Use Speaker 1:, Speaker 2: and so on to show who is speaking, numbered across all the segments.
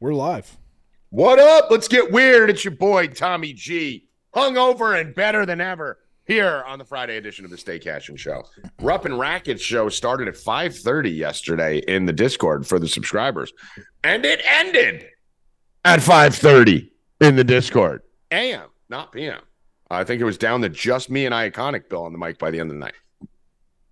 Speaker 1: We're live.
Speaker 2: What up? Let's get weird. It's your boy Tommy G, hungover and better than ever here on the Friday edition of the Stay Cashing Show. Rupp and Racket Show started at 5:30 yesterday in the Discord for the subscribers, and it ended at 5:30 in the Discord. AM, not PM. I think it was down to just me and Iconic Bill on the mic by the end of the night.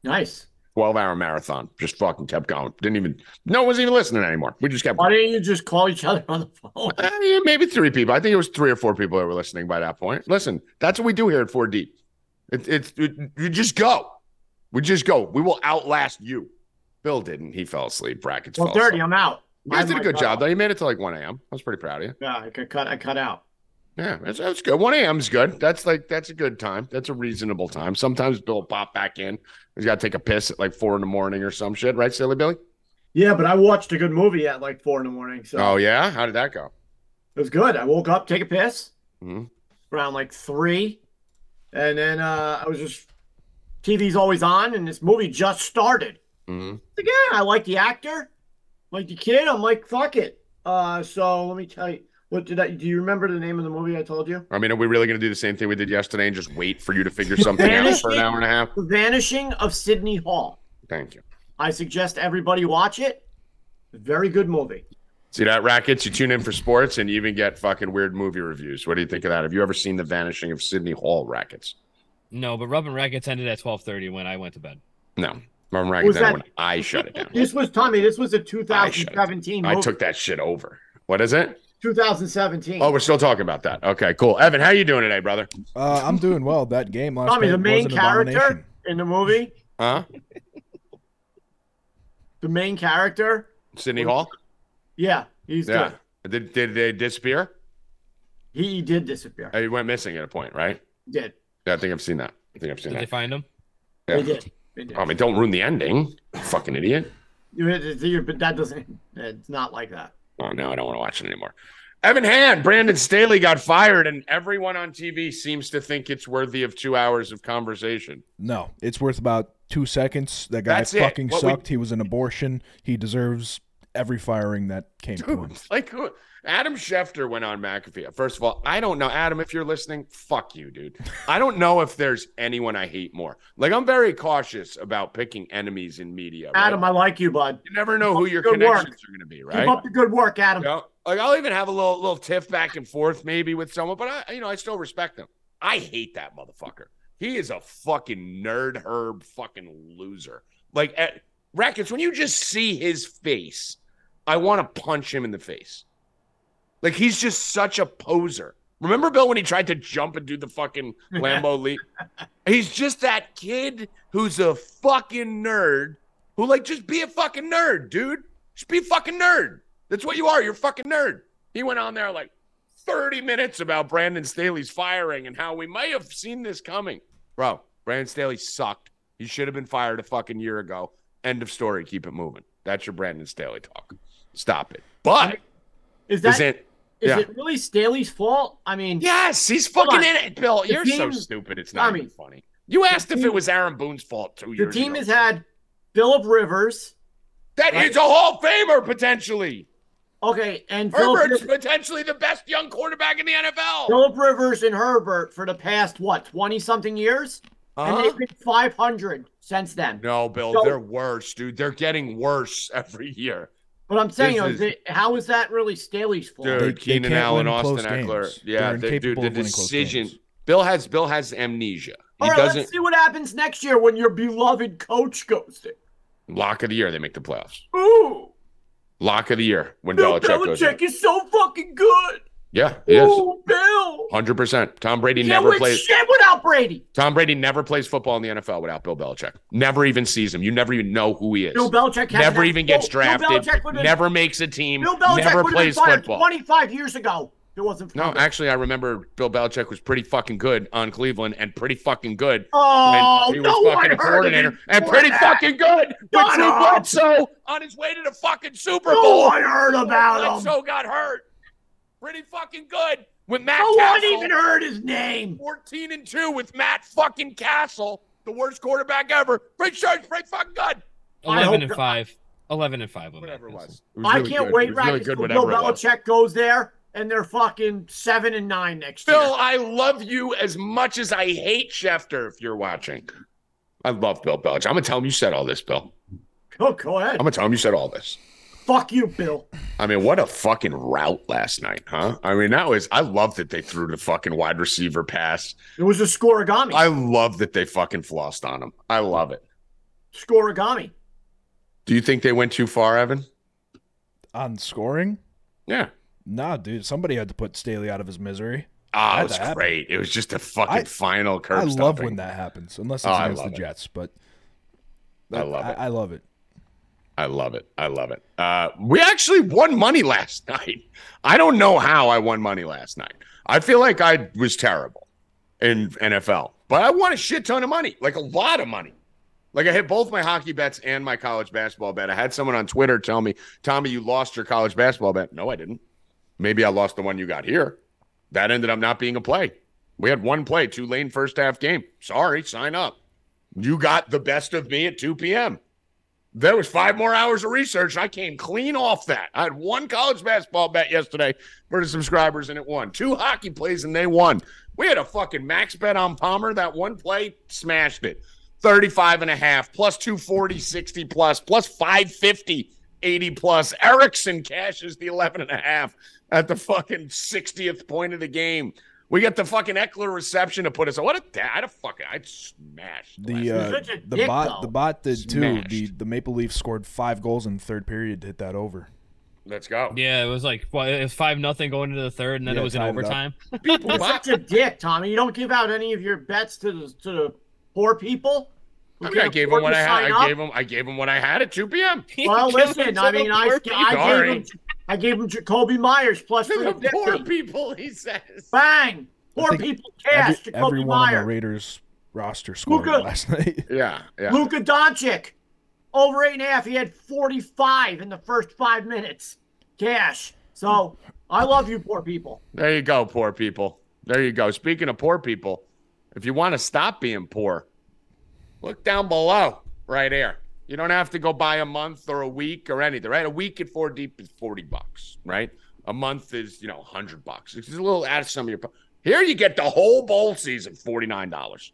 Speaker 3: Nice.
Speaker 2: 12 hour marathon. Just fucking kept going. Didn't even, no one was even listening anymore. We just kept
Speaker 3: Why didn't you just call each other on the phone?
Speaker 2: Uh, yeah, maybe three people. I think it was three or four people that were listening by that point. Listen, that's what we do here at 4 Deep. It, it's it, you just go. We just go. We will outlast you. Bill didn't. He fell asleep. Brackets
Speaker 3: Well,
Speaker 2: fell
Speaker 3: dirty.
Speaker 2: asleep.
Speaker 3: I'm out.
Speaker 2: You guys did a
Speaker 3: Mine
Speaker 2: good
Speaker 3: might
Speaker 2: job,
Speaker 3: cut
Speaker 2: though. You made it to like 1 a.m. I was pretty proud of you.
Speaker 3: off. Yeah, I could cut. I cut out.
Speaker 2: Yeah, that's, that's good. 1 a.m. is good. That's like, that's a good time. That's a reasonable time. Sometimes Bill will pop back in. He's got to take a piss at like four in the morning or some shit, right, Silly Billy?
Speaker 3: Yeah, but I watched a good movie at like four in the morning, so
Speaker 2: Oh, yeah. How did that go?
Speaker 3: it was good. I woke up, take a piss
Speaker 2: Mhm.
Speaker 3: around like three, and then uh, I was just TV's always on, and this movie just started.
Speaker 2: Mhm.
Speaker 3: Again, I like the actor, like the kid. I'm like, fuck it. Uh, so let me tell you, what did I? Do you remember the name of the movie I told you?
Speaker 2: I mean, are we really going to do the same thing we did yesterday and just wait for you to figure something out for an hour and a half?
Speaker 3: The Vanishing of Sydney Hall.
Speaker 2: Thank you.
Speaker 3: I suggest everybody watch it. Very good movie.
Speaker 2: See that rackets? You tune in for sports and you even get fucking weird movie reviews. What do you think of that? Have you ever seen The Vanishing of Sydney Hall rackets?
Speaker 4: No, but Rubbin' Rackets ended at twelve thirty when I went to bed.
Speaker 2: No. I'm rackets
Speaker 3: Was
Speaker 2: that
Speaker 3: that-
Speaker 2: when I shut it down.
Speaker 3: This was Tommy. This was a
Speaker 2: I shut it.
Speaker 3: 2017
Speaker 2: I
Speaker 3: movie.
Speaker 2: took that shit over. What is it?
Speaker 3: 2017.
Speaker 2: Oh, we're still talking about that. Okay, cool. Evan, how you doing today, brother?
Speaker 1: Uh, I'm doing well. That game last
Speaker 3: Tommy,
Speaker 1: night
Speaker 3: the main
Speaker 1: was an
Speaker 3: character
Speaker 1: abomination.
Speaker 3: in the movie,
Speaker 2: Huh?
Speaker 3: the main character.
Speaker 2: Sydney Hall?
Speaker 3: Yeah, he's
Speaker 2: Yeah.
Speaker 3: good.
Speaker 2: Did, did they disappear?
Speaker 3: He, he did disappear.
Speaker 2: He went missing at a point, right?
Speaker 3: He did.
Speaker 2: Yeah, I think I've seen that. I think I've seen
Speaker 4: Did they
Speaker 2: that.
Speaker 4: find him?
Speaker 2: Yeah. Oh,
Speaker 3: They did. They did.
Speaker 2: I mean, don't ruin the ending. Fucking idiot.
Speaker 3: You- you- you- but that doesn't. It's not like that.
Speaker 2: Oh no, I don't want to watch it anymore. Evan Hand, Brandon Staley got fired, and everyone on TV seems to think it's worthy of two hours of conversation.
Speaker 1: No, it's worth about two seconds. That guy
Speaker 2: That's it.
Speaker 1: fucking
Speaker 2: What we-
Speaker 1: sucked. He was an abortion. He deserves every firing that came to him.
Speaker 2: Dude, like who- Adam Schefter went on McAfee. First of all, I don't know. Adam, if you're listening, fuck you, dude. I don't know if there's anyone I hate more. Like, I'm very cautious about picking enemies in media. right?
Speaker 3: Adam, I like you, bud.
Speaker 2: you never know who your
Speaker 3: Good work.
Speaker 2: connections are going to be, right?
Speaker 3: Keep up the good work, Adam.
Speaker 2: You know, like I'll even have a little little tiff back and forth maybe with someone, but I you know I still respect him. I hate that motherfucker. He is a fucking nerd herb fucking loser. Like at, Rackets, when you just see his face, I want to punch him in the face. Like he's just such a poser. Remember Bill when he tried to jump and do the fucking Lambo leap? He's just that kid who's a fucking nerd who like just be a fucking nerd, dude. Just be a fucking nerd. That's what you are. You're a fucking nerd. He went on there like 30 minutes about Brandon Staley's firing and how we may have seen this coming. Bro, Brandon Staley sucked. He should have been fired a fucking year ago. End of story. Keep it moving. That's your Brandon Staley talk. Stop it. But
Speaker 3: Is that
Speaker 2: is
Speaker 3: is it,
Speaker 2: it? yeah.
Speaker 3: really Staley's fault? I mean,
Speaker 2: Yes, he's
Speaker 3: Come
Speaker 2: fucking
Speaker 3: on.
Speaker 2: in it. Bill,
Speaker 3: The
Speaker 2: you're so
Speaker 3: team-
Speaker 2: stupid. It's not
Speaker 3: Tommy,
Speaker 2: even funny. You asked if it
Speaker 3: team-
Speaker 2: was Aaron Boone's fault two
Speaker 3: the
Speaker 2: years
Speaker 3: team
Speaker 2: ago.
Speaker 3: has had Philip Rivers.
Speaker 2: That is a Hall of Famer potentially.
Speaker 3: Okay, and Phillip Rivers.
Speaker 2: Herbert's potentially the best young quarterback in the NFL.
Speaker 3: Philip Rivers and Herbert for the past what twenty something years, and
Speaker 2: Huh?
Speaker 3: they've been five hundred since then.
Speaker 2: No, Bill,
Speaker 3: So-
Speaker 2: they're worse, dude. They're getting worse every year.
Speaker 3: But I'm
Speaker 2: This
Speaker 3: saying, you know,
Speaker 2: is-
Speaker 3: they- how is that really Staley's fault?
Speaker 2: Dude,
Speaker 1: They- they
Speaker 2: Keenan
Speaker 1: can't
Speaker 2: Allen,
Speaker 1: win
Speaker 2: Austin
Speaker 1: close
Speaker 2: Eckler.
Speaker 1: games.
Speaker 2: Yeah,
Speaker 1: They're
Speaker 2: they- dude,
Speaker 1: incapable
Speaker 2: the
Speaker 1: of winning close
Speaker 2: decision-
Speaker 1: games.
Speaker 2: Bill has Bill has amnesia. He
Speaker 3: All right,
Speaker 2: doesn't
Speaker 3: let's see what happens next year when your beloved coach goes there.
Speaker 2: lock of the year. They make the playoffs.
Speaker 3: Ooh,
Speaker 2: Lock of the year when
Speaker 3: Bill
Speaker 2: Belichick, goes. in.
Speaker 3: Belichick is so fucking good.
Speaker 2: Yeah, he is.
Speaker 3: Ooh, Bill.
Speaker 2: Hundred percent. Tom Brady
Speaker 3: Can't
Speaker 2: never
Speaker 3: win
Speaker 2: plays.
Speaker 3: shit without Brady.
Speaker 2: Tom Brady never plays football in the NFL without Bill Belichick. Never even sees him. You never even know who he is.
Speaker 3: Bill Belichick has
Speaker 2: never
Speaker 3: that-
Speaker 2: even gets
Speaker 3: Bill- Bill
Speaker 2: drafted.
Speaker 3: Belichick would've been-
Speaker 2: never makes a team.
Speaker 3: Bill Belichick
Speaker 2: never
Speaker 3: would've been
Speaker 2: plays
Speaker 3: fired
Speaker 2: football.
Speaker 3: Twenty-five years ago, it wasn't. for
Speaker 2: No,
Speaker 3: Bill.
Speaker 2: actually, I remember Bill Belichick was pretty fucking good on Cleveland and pretty fucking good
Speaker 3: Oh,
Speaker 2: when he
Speaker 3: no
Speaker 2: was
Speaker 3: one
Speaker 2: fucking a
Speaker 3: heard of
Speaker 2: coordinator
Speaker 3: him
Speaker 2: and
Speaker 3: before
Speaker 2: pretty
Speaker 3: that.
Speaker 2: fucking good with
Speaker 3: Shut
Speaker 2: Drew
Speaker 3: up.
Speaker 2: Bledsoe on his way to the fucking Super
Speaker 3: No
Speaker 2: Bowl.
Speaker 3: one heard about him.
Speaker 2: Bledsoe got hurt. Pretty fucking good with Matt
Speaker 3: No one
Speaker 2: Castle.
Speaker 3: even heard his name.
Speaker 2: 14 and 2 with Matt fucking Castle, the worst quarterback ever. Pretty sure he's pretty fucking good.
Speaker 3: I
Speaker 4: Eleven
Speaker 3: hope
Speaker 4: and
Speaker 3: not.
Speaker 4: five. Eleven and five. Women.
Speaker 2: Whatever it was. It was
Speaker 3: I
Speaker 2: really
Speaker 3: can't
Speaker 2: good.
Speaker 3: wait,
Speaker 2: It was
Speaker 3: Rackets,
Speaker 2: really good,
Speaker 3: till
Speaker 2: whatever
Speaker 3: Bill
Speaker 2: it was.
Speaker 3: Belichick goes there and they're fucking seven and nine next
Speaker 2: Phil,
Speaker 3: year.
Speaker 2: I love you as much as I hate Schefter if you're watching. I love Bill Belichick. I'm going to tell him you said all this, Bill.
Speaker 3: Oh, go
Speaker 2: I'm
Speaker 3: ahead.
Speaker 2: going to tell him you said all this.
Speaker 3: Fuck you, Bill.
Speaker 2: I mean, what a fucking route last night, huh? I mean, that was, I love that they threw the fucking wide receiver pass.
Speaker 3: It was a scoregami.
Speaker 2: I love that they fucking flossed on him. I love it.
Speaker 3: scoregami.
Speaker 2: Do you think they went too far, Evan?
Speaker 1: on scoring.
Speaker 2: Yeah.
Speaker 1: Nah, dude, somebody had to put Staley out of his misery.
Speaker 2: Oh,
Speaker 1: How'd
Speaker 2: it was
Speaker 1: that happen?
Speaker 2: great. It was just a fucking
Speaker 1: I-
Speaker 2: final curb
Speaker 1: I love
Speaker 2: stomping.
Speaker 1: when that happens, unless it's
Speaker 2: Oh, I
Speaker 1: against the
Speaker 2: love it.
Speaker 1: Jets. But
Speaker 2: I love it.
Speaker 1: I, love it.
Speaker 2: I love it. I love it. Uh, we actually won money last night. I don't know how I won money last night. I feel like I was terrible in NFL, but I won a shit ton of money, like a lot of money. Like I hit both my hockey bets and my college basketball bet. I had someone on Twitter tell me, Tommy, you lost your college basketball bet. No, I didn't. Maybe I lost the one you got here. That ended up not being a play. We had one play, two lane first half game. Sorry, sign up. You got the best of me at 2 p.m. There was five more hours of research. I came clean off that. I had one college basketball bet yesterday for the subscribers, and it won. Two hockey plays, and they won. We had a fucking max bet on Palmer. That one play smashed it. 35 and a half, plus 240, 60 plus, plus 550, 80 plus. Erickson cashes the 11 and a half at the fucking 60th point of the game. We get the fucking Eckler reception to put us. What a da- I had a fucking I smashed last
Speaker 1: The
Speaker 2: night.
Speaker 1: uh,
Speaker 3: Such a
Speaker 1: the
Speaker 3: dick,
Speaker 1: bot
Speaker 3: though.
Speaker 1: the bot did too. The
Speaker 2: Smashed.
Speaker 1: the Maple Leafs scored five goals in the third period to hit that over.
Speaker 2: Let's go.
Speaker 4: Yeah, it was like well, it was five nothing going into the third, and then
Speaker 1: Yeah,
Speaker 4: it was in
Speaker 1: timed up.
Speaker 4: overtime.
Speaker 3: You're such a dick, Tommy. You don't give out any of your bets to the to the poor people. who
Speaker 2: I mean,
Speaker 3: can
Speaker 2: I gave
Speaker 3: afford
Speaker 2: him what
Speaker 3: to
Speaker 2: I had.
Speaker 3: sign
Speaker 2: I
Speaker 3: up.
Speaker 2: gave him. I gave him what I had at 2 p.m.
Speaker 3: Well,
Speaker 4: Give
Speaker 3: listen.
Speaker 4: it
Speaker 3: I
Speaker 4: to
Speaker 3: mean,
Speaker 4: the
Speaker 3: I,
Speaker 4: poor
Speaker 3: I
Speaker 2: Sorry.
Speaker 3: gave him I gave him Jacoby Myers plus
Speaker 2: To the poor
Speaker 3: 350.
Speaker 2: people, he says.
Speaker 3: Bang! Poor
Speaker 1: think
Speaker 3: people cash.
Speaker 1: every,
Speaker 3: Jacoby
Speaker 1: everyone on the
Speaker 3: Myers.
Speaker 1: Raiders roster scored
Speaker 3: Luka-
Speaker 1: last night.
Speaker 2: Yeah, yeah.
Speaker 3: Luka Doncic, over eight and a half. He had 45 in the first five minutes. Cash. So I love you, poor people.
Speaker 2: There you go, poor people. There you go. Speaking of poor people, if you want to stop being poor, look down below, right here. You don't have to go buy a month or a week or anything, right? A week at four deep is 40 bucks, right? A month is, you know, 100 bucks. It's just a little out of some of your. po- Here you get the whole bowl season, $49.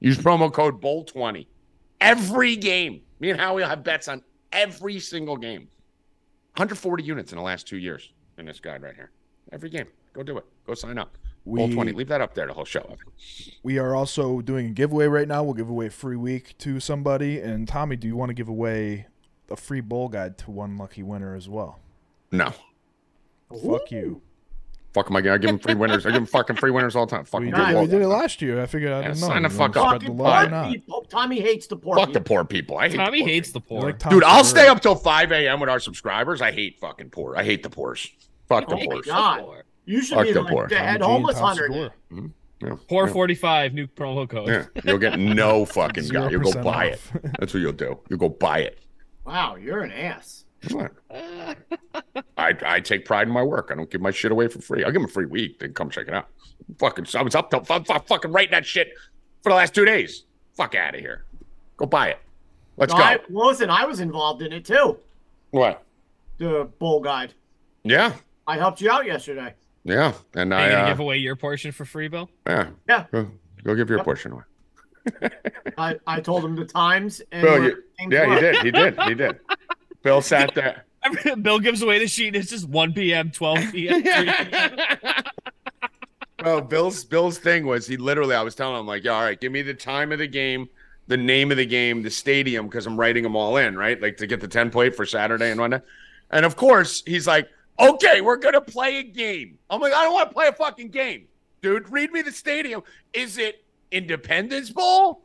Speaker 2: Use promo code BOWL20. Every game. Me and Howie will have bets on every single game. 140 units in the last two years in this guide right here. Every game. Go do it. Go sign up. Bowl 20.
Speaker 1: We
Speaker 2: Leave that up there the whole show.
Speaker 1: we are also doing a giveaway right now. We'll give away a free week to somebody. And Tommy, do you want to give away a free bowl guide to one lucky winner as well?
Speaker 2: No.
Speaker 1: Fuck you.
Speaker 2: Fuck am I gonna give him free winners? I give him fucking free winners all the time. Fuck
Speaker 1: We
Speaker 2: them.
Speaker 1: did,
Speaker 3: Nice.
Speaker 1: we did it last year. I figured I
Speaker 2: Yeah,
Speaker 1: didn't know.
Speaker 2: sign
Speaker 1: you
Speaker 2: the
Speaker 1: wanna
Speaker 2: fuck up.
Speaker 1: spread the
Speaker 3: Fucking
Speaker 1: love or
Speaker 3: poor
Speaker 1: not.
Speaker 3: people. Tommy hates the poor
Speaker 2: Fuck the
Speaker 3: people.
Speaker 2: poor people. I hate the
Speaker 4: Tommy
Speaker 2: poor
Speaker 4: hates the poor.
Speaker 1: Like Tom
Speaker 2: people. Dude, I'll
Speaker 1: Segura.
Speaker 2: stay up till 5 a.m. with our subscribers. I hate fucking poor. I hate the poors. Fuck the
Speaker 3: Oh my
Speaker 2: poors.
Speaker 3: God. You should
Speaker 2: Fuck
Speaker 3: be
Speaker 2: the
Speaker 3: like
Speaker 2: poor.
Speaker 3: the
Speaker 1: Tommy
Speaker 3: head
Speaker 1: G and
Speaker 3: homeless
Speaker 1: Tom
Speaker 3: hunter.
Speaker 1: Segura.
Speaker 2: Yeah.
Speaker 4: Poor
Speaker 2: yeah.
Speaker 4: forty five new promo code.
Speaker 2: Yeah. You'll get no fucking guy. You'll go
Speaker 1: 0%
Speaker 2: buy it.
Speaker 1: off.
Speaker 2: That's what you'll do. You'll go buy it.
Speaker 3: Wow, you're an ass.
Speaker 2: What? I, I take pride in my work. I don't give my shit away for free. I'll give them a free week. Then come check it out. Fucking, I was up till I'm, I'm fucking writing that shit for the last two days. Fuck out of here. Go buy it. Let's
Speaker 3: No,
Speaker 2: go.
Speaker 3: I, listen, I was involved in it too.
Speaker 2: What?
Speaker 3: The bowl guide.
Speaker 2: Yeah.
Speaker 3: I helped you out yesterday.
Speaker 2: Yeah. And
Speaker 4: Are
Speaker 2: I,
Speaker 4: you gonna
Speaker 2: uh,
Speaker 4: give away your portion for free, Bill?
Speaker 2: yeah.
Speaker 3: Yeah.
Speaker 2: Go, go give your
Speaker 3: Yep.
Speaker 2: portion away.
Speaker 3: I, I told him the times and
Speaker 2: Well,
Speaker 3: where
Speaker 2: you-
Speaker 3: it came
Speaker 2: Yeah,
Speaker 3: from.
Speaker 2: he did. He did. He did. Bill sat there.
Speaker 4: Bill gives away the sheet. It's just one p.m., twelve p.m. 3 p.m.
Speaker 2: well, Bill's Bill's thing was he literally. I was telling him like, yeah, all right, give me the time of the game, the name of the game, the stadium, because I'm writing them all in, right? Like to get the ten plate for Saturday and whatnot. And of course, he's like, okay, we're gonna play a game. I'm like, I don't want to play a fucking game, dude. Read me the stadium. Is it Independence Bowl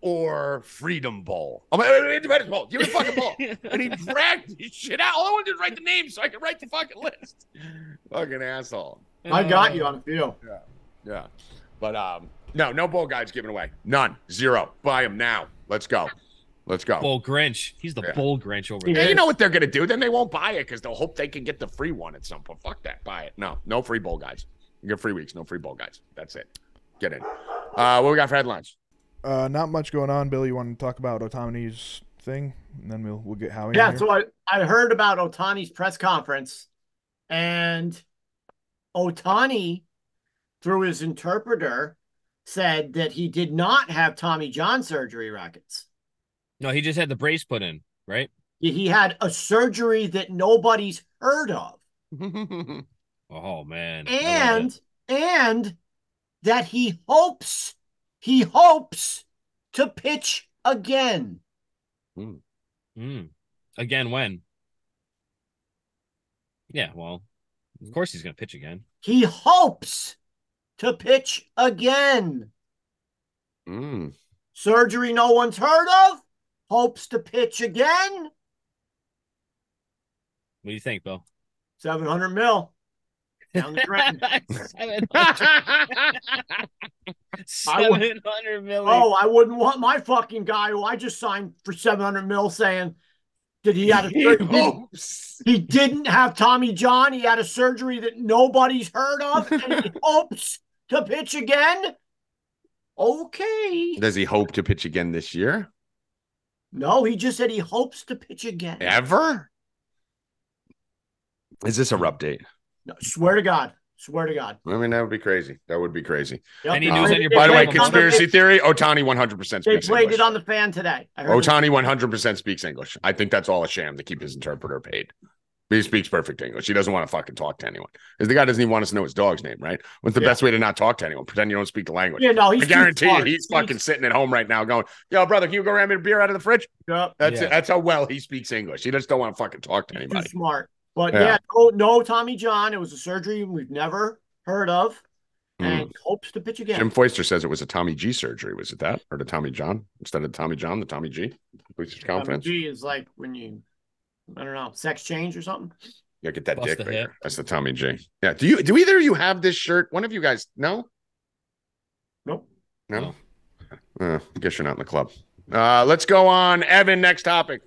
Speaker 2: or Freedom Bowl? I'm like, Independence Bowl. Give me the fucking bowl. and he dragged this shit out. All I wanted to write the name so I could write the fucking list. fucking asshole.
Speaker 3: I
Speaker 4: Uh,
Speaker 3: got you on a few.
Speaker 2: Yeah. But um no, no bowl guides given away. None. Zero. Buy them now. Let's go. Let's go.
Speaker 4: Bull Grinch. He's the
Speaker 2: Yeah.
Speaker 4: Bull Grinch over
Speaker 3: Yeah.
Speaker 4: there.
Speaker 2: yeah, you know what they're gonna do? Then they won't buy it because they'll hope they can get the free one at some point. Fuck that. Buy it. No, no free bowl guides. You get free weeks, no free bowl guides. That's it. Get in. Uh what we got for headlines?
Speaker 1: Uh, not much going on, Bill. You want to talk about Otani's thing, and then we'll we'll get Howie. in
Speaker 3: Yeah,
Speaker 1: here?
Speaker 3: so I, I heard about Otani's press conference, and Otani, through his interpreter, said that he did not have Tommy John surgery rockets.
Speaker 4: No, he just had the brace put in, right?
Speaker 3: He had a surgery that nobody's heard of,
Speaker 2: Mm.
Speaker 4: Oh man. I love it.
Speaker 3: and and that he hopes he hopes to pitch again.
Speaker 4: Mm. again when? Yeah, well, of course he's gonna pitch again.
Speaker 3: He hopes to pitch again.
Speaker 2: Mm.
Speaker 3: Surgery no one's heard of. Hopes to pitch again.
Speaker 4: What do you think, Bill?
Speaker 3: 700 mil. Down the drain.
Speaker 4: Seven
Speaker 2: I would-
Speaker 4: hundred million.
Speaker 3: oh, I wouldn't want my fucking guy who I just signed for 700 mil saying that he had a
Speaker 2: He
Speaker 3: surgery. He,
Speaker 2: hopes.
Speaker 3: didn't have Tommy John. He had a surgery that nobody's heard of and he hopes to pitch again. Okay.
Speaker 2: Does he hope to pitch again this year?
Speaker 3: No, he just said he hopes to pitch again.
Speaker 2: Ever? Is this our update?
Speaker 3: No, swear to God. Swear to God.
Speaker 2: I mean, that would be crazy. That would be crazy. Um,
Speaker 3: Yep.
Speaker 4: Any
Speaker 3: They
Speaker 4: news
Speaker 3: played
Speaker 4: on your
Speaker 3: it-
Speaker 2: By the way,
Speaker 4: Wait, on the-
Speaker 2: conspiracy theory: Otani 100 percent
Speaker 3: They
Speaker 2: speaks
Speaker 3: played
Speaker 2: English.
Speaker 3: it on the fan today. I heard
Speaker 2: Otani 100 percent speaks English. I think that's all a sham to keep his interpreter paid. He speaks perfect English. He doesn't want to fucking talk to anyone. Because the guy doesn't even want us to know his dog's name, right? What's the
Speaker 3: Yeah.
Speaker 2: best way to not talk to anyone? Pretend you don't speak the language.
Speaker 3: Yeah, no, he's
Speaker 2: I
Speaker 3: too
Speaker 2: guarantee you,
Speaker 3: smart.
Speaker 2: he's fucking sitting at home right now, going, "Yo, brother, can you go grab me a beer out of the fridge?"
Speaker 3: Yep,
Speaker 2: That's
Speaker 4: Yeah.
Speaker 2: that's how well he speaks English. He just don't want to fucking talk to
Speaker 3: he's
Speaker 2: anybody.
Speaker 3: too smart. But
Speaker 2: Yeah.
Speaker 3: yeah, no, no Tommy John. It was a surgery we've never heard of,
Speaker 2: Hmm.
Speaker 3: and hopes to pitch again.
Speaker 2: Jim Foister says it was a Tommy G surgery. Was it that or the Tommy John instead of Tommy John, the Tommy G? Police
Speaker 3: Tommy
Speaker 2: conference.
Speaker 3: G is like when you, I don't know, sex change or something.
Speaker 2: Yeah, get that
Speaker 4: Bust
Speaker 2: dick
Speaker 4: the
Speaker 2: bigger.
Speaker 4: hip.
Speaker 2: That's the Tommy G. Yeah. Do you? Do either of you have this shirt? One of you guys? No.
Speaker 3: Nope.
Speaker 2: No. Uh, I guess you're not in the club. Uh, let's go on, Evan. Next topic.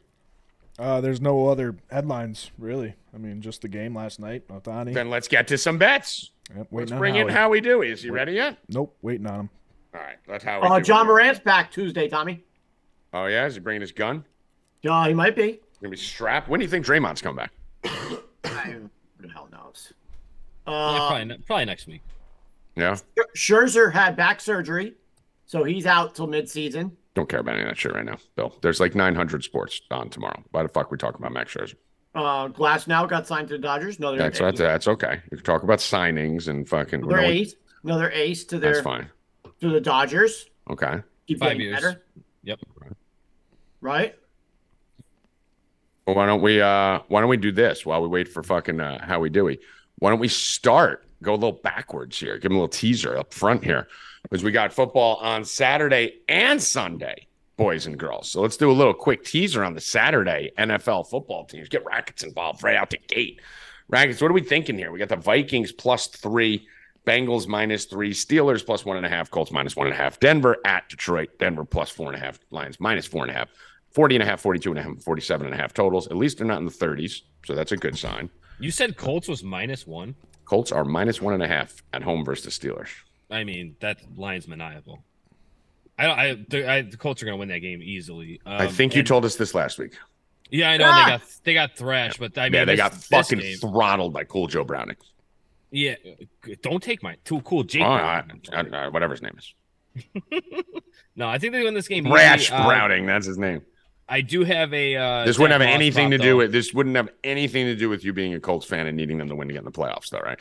Speaker 1: Uh, there's no other headlines really. I mean, just the game last night. Otani.
Speaker 2: Then let's get to some bets.
Speaker 1: Yep,
Speaker 2: Let's
Speaker 1: waiting on
Speaker 2: bring in
Speaker 1: Howie.
Speaker 2: Howie Dewey. Is he ready yet?
Speaker 1: Nope, waiting on him.
Speaker 2: All right. Let Howie.
Speaker 3: Uh,
Speaker 2: Dewey
Speaker 3: John
Speaker 2: go.
Speaker 3: Morant's back Tuesday, Tommy.
Speaker 2: Oh yeah, is he bringing his gun?
Speaker 3: Yeah, he might be.
Speaker 2: Gonna be strapped. When do you think Draymond's come back?
Speaker 3: I, who the hell knows?
Speaker 4: Yeah,
Speaker 3: Uh,
Speaker 4: probably, ne- probably next week.
Speaker 2: Yeah.
Speaker 3: Scherzer had back surgery, so he's out till midseason.
Speaker 2: Don't care about any of that shit right now, Bill. There's like 900 sports on tomorrow. Why the fuck we talking about Max Scherzer?
Speaker 3: Uh, Glass now got signed to the Dodgers. Another
Speaker 2: That's that's, that's okay. You can talk about signings and fucking.
Speaker 3: another
Speaker 2: no,
Speaker 3: ace, another ace to
Speaker 2: that's
Speaker 3: their
Speaker 2: fine.
Speaker 3: to the Dodgers.
Speaker 2: Okay.
Speaker 3: keep
Speaker 4: Five
Speaker 3: getting
Speaker 4: years.
Speaker 3: better,
Speaker 4: Yep.
Speaker 3: right?
Speaker 2: Well, why don't we? Uh, why don't we do this while we wait for fucking uh, Howie Dewey? Why don't we start? Go a little backwards here. Give him a little teaser up front here, because we got football on Saturday and Sunday, boys and girls. So let's do a little quick teaser on the Saturday NFL football teams. Get Rackets involved right out the gate. Rackets, what are we thinking here? We got the Vikings plus three, Bengals minus three, Steelers plus one and a half, Colts minus one and a half, Denver at Detroit, Denver plus four and a half, Lions minus four and a half. 40 and a half, 42 and a half, 47 and a half totals. At least they're not in the 30s. So that's a good sign.
Speaker 4: You said Colts was minus one.
Speaker 2: Colts are minus one and a half at home versus the Steelers.
Speaker 4: I mean, that line's maniacal. I don't. I, the- I the Colts are gonna win that game easily.
Speaker 2: I
Speaker 4: Um,
Speaker 2: think you
Speaker 4: and-
Speaker 2: told us this last week.
Speaker 4: Yeah, I know
Speaker 3: Ah!
Speaker 4: they got they got thrashed, but I mean,
Speaker 2: yeah, they
Speaker 4: this-
Speaker 2: got
Speaker 4: this
Speaker 2: fucking
Speaker 4: game-
Speaker 2: throttled by Cool Joe Browning.
Speaker 4: yeah, uh, don't take my too cool Jake.
Speaker 2: Oh, I,
Speaker 4: Browning.
Speaker 2: I, I, whatever his name is.
Speaker 4: no, I think they win this game. easily.
Speaker 2: Rash
Speaker 4: Uh,
Speaker 2: Browning. That's his name.
Speaker 4: I do have a. Uh,
Speaker 2: This wouldn't
Speaker 4: Zach
Speaker 2: have
Speaker 4: Moss
Speaker 2: anything
Speaker 4: prop,
Speaker 2: to
Speaker 4: though.
Speaker 2: do with this wouldn't have anything to do with you being a Colts fan and needing them to win to get in the playoffs, though, right?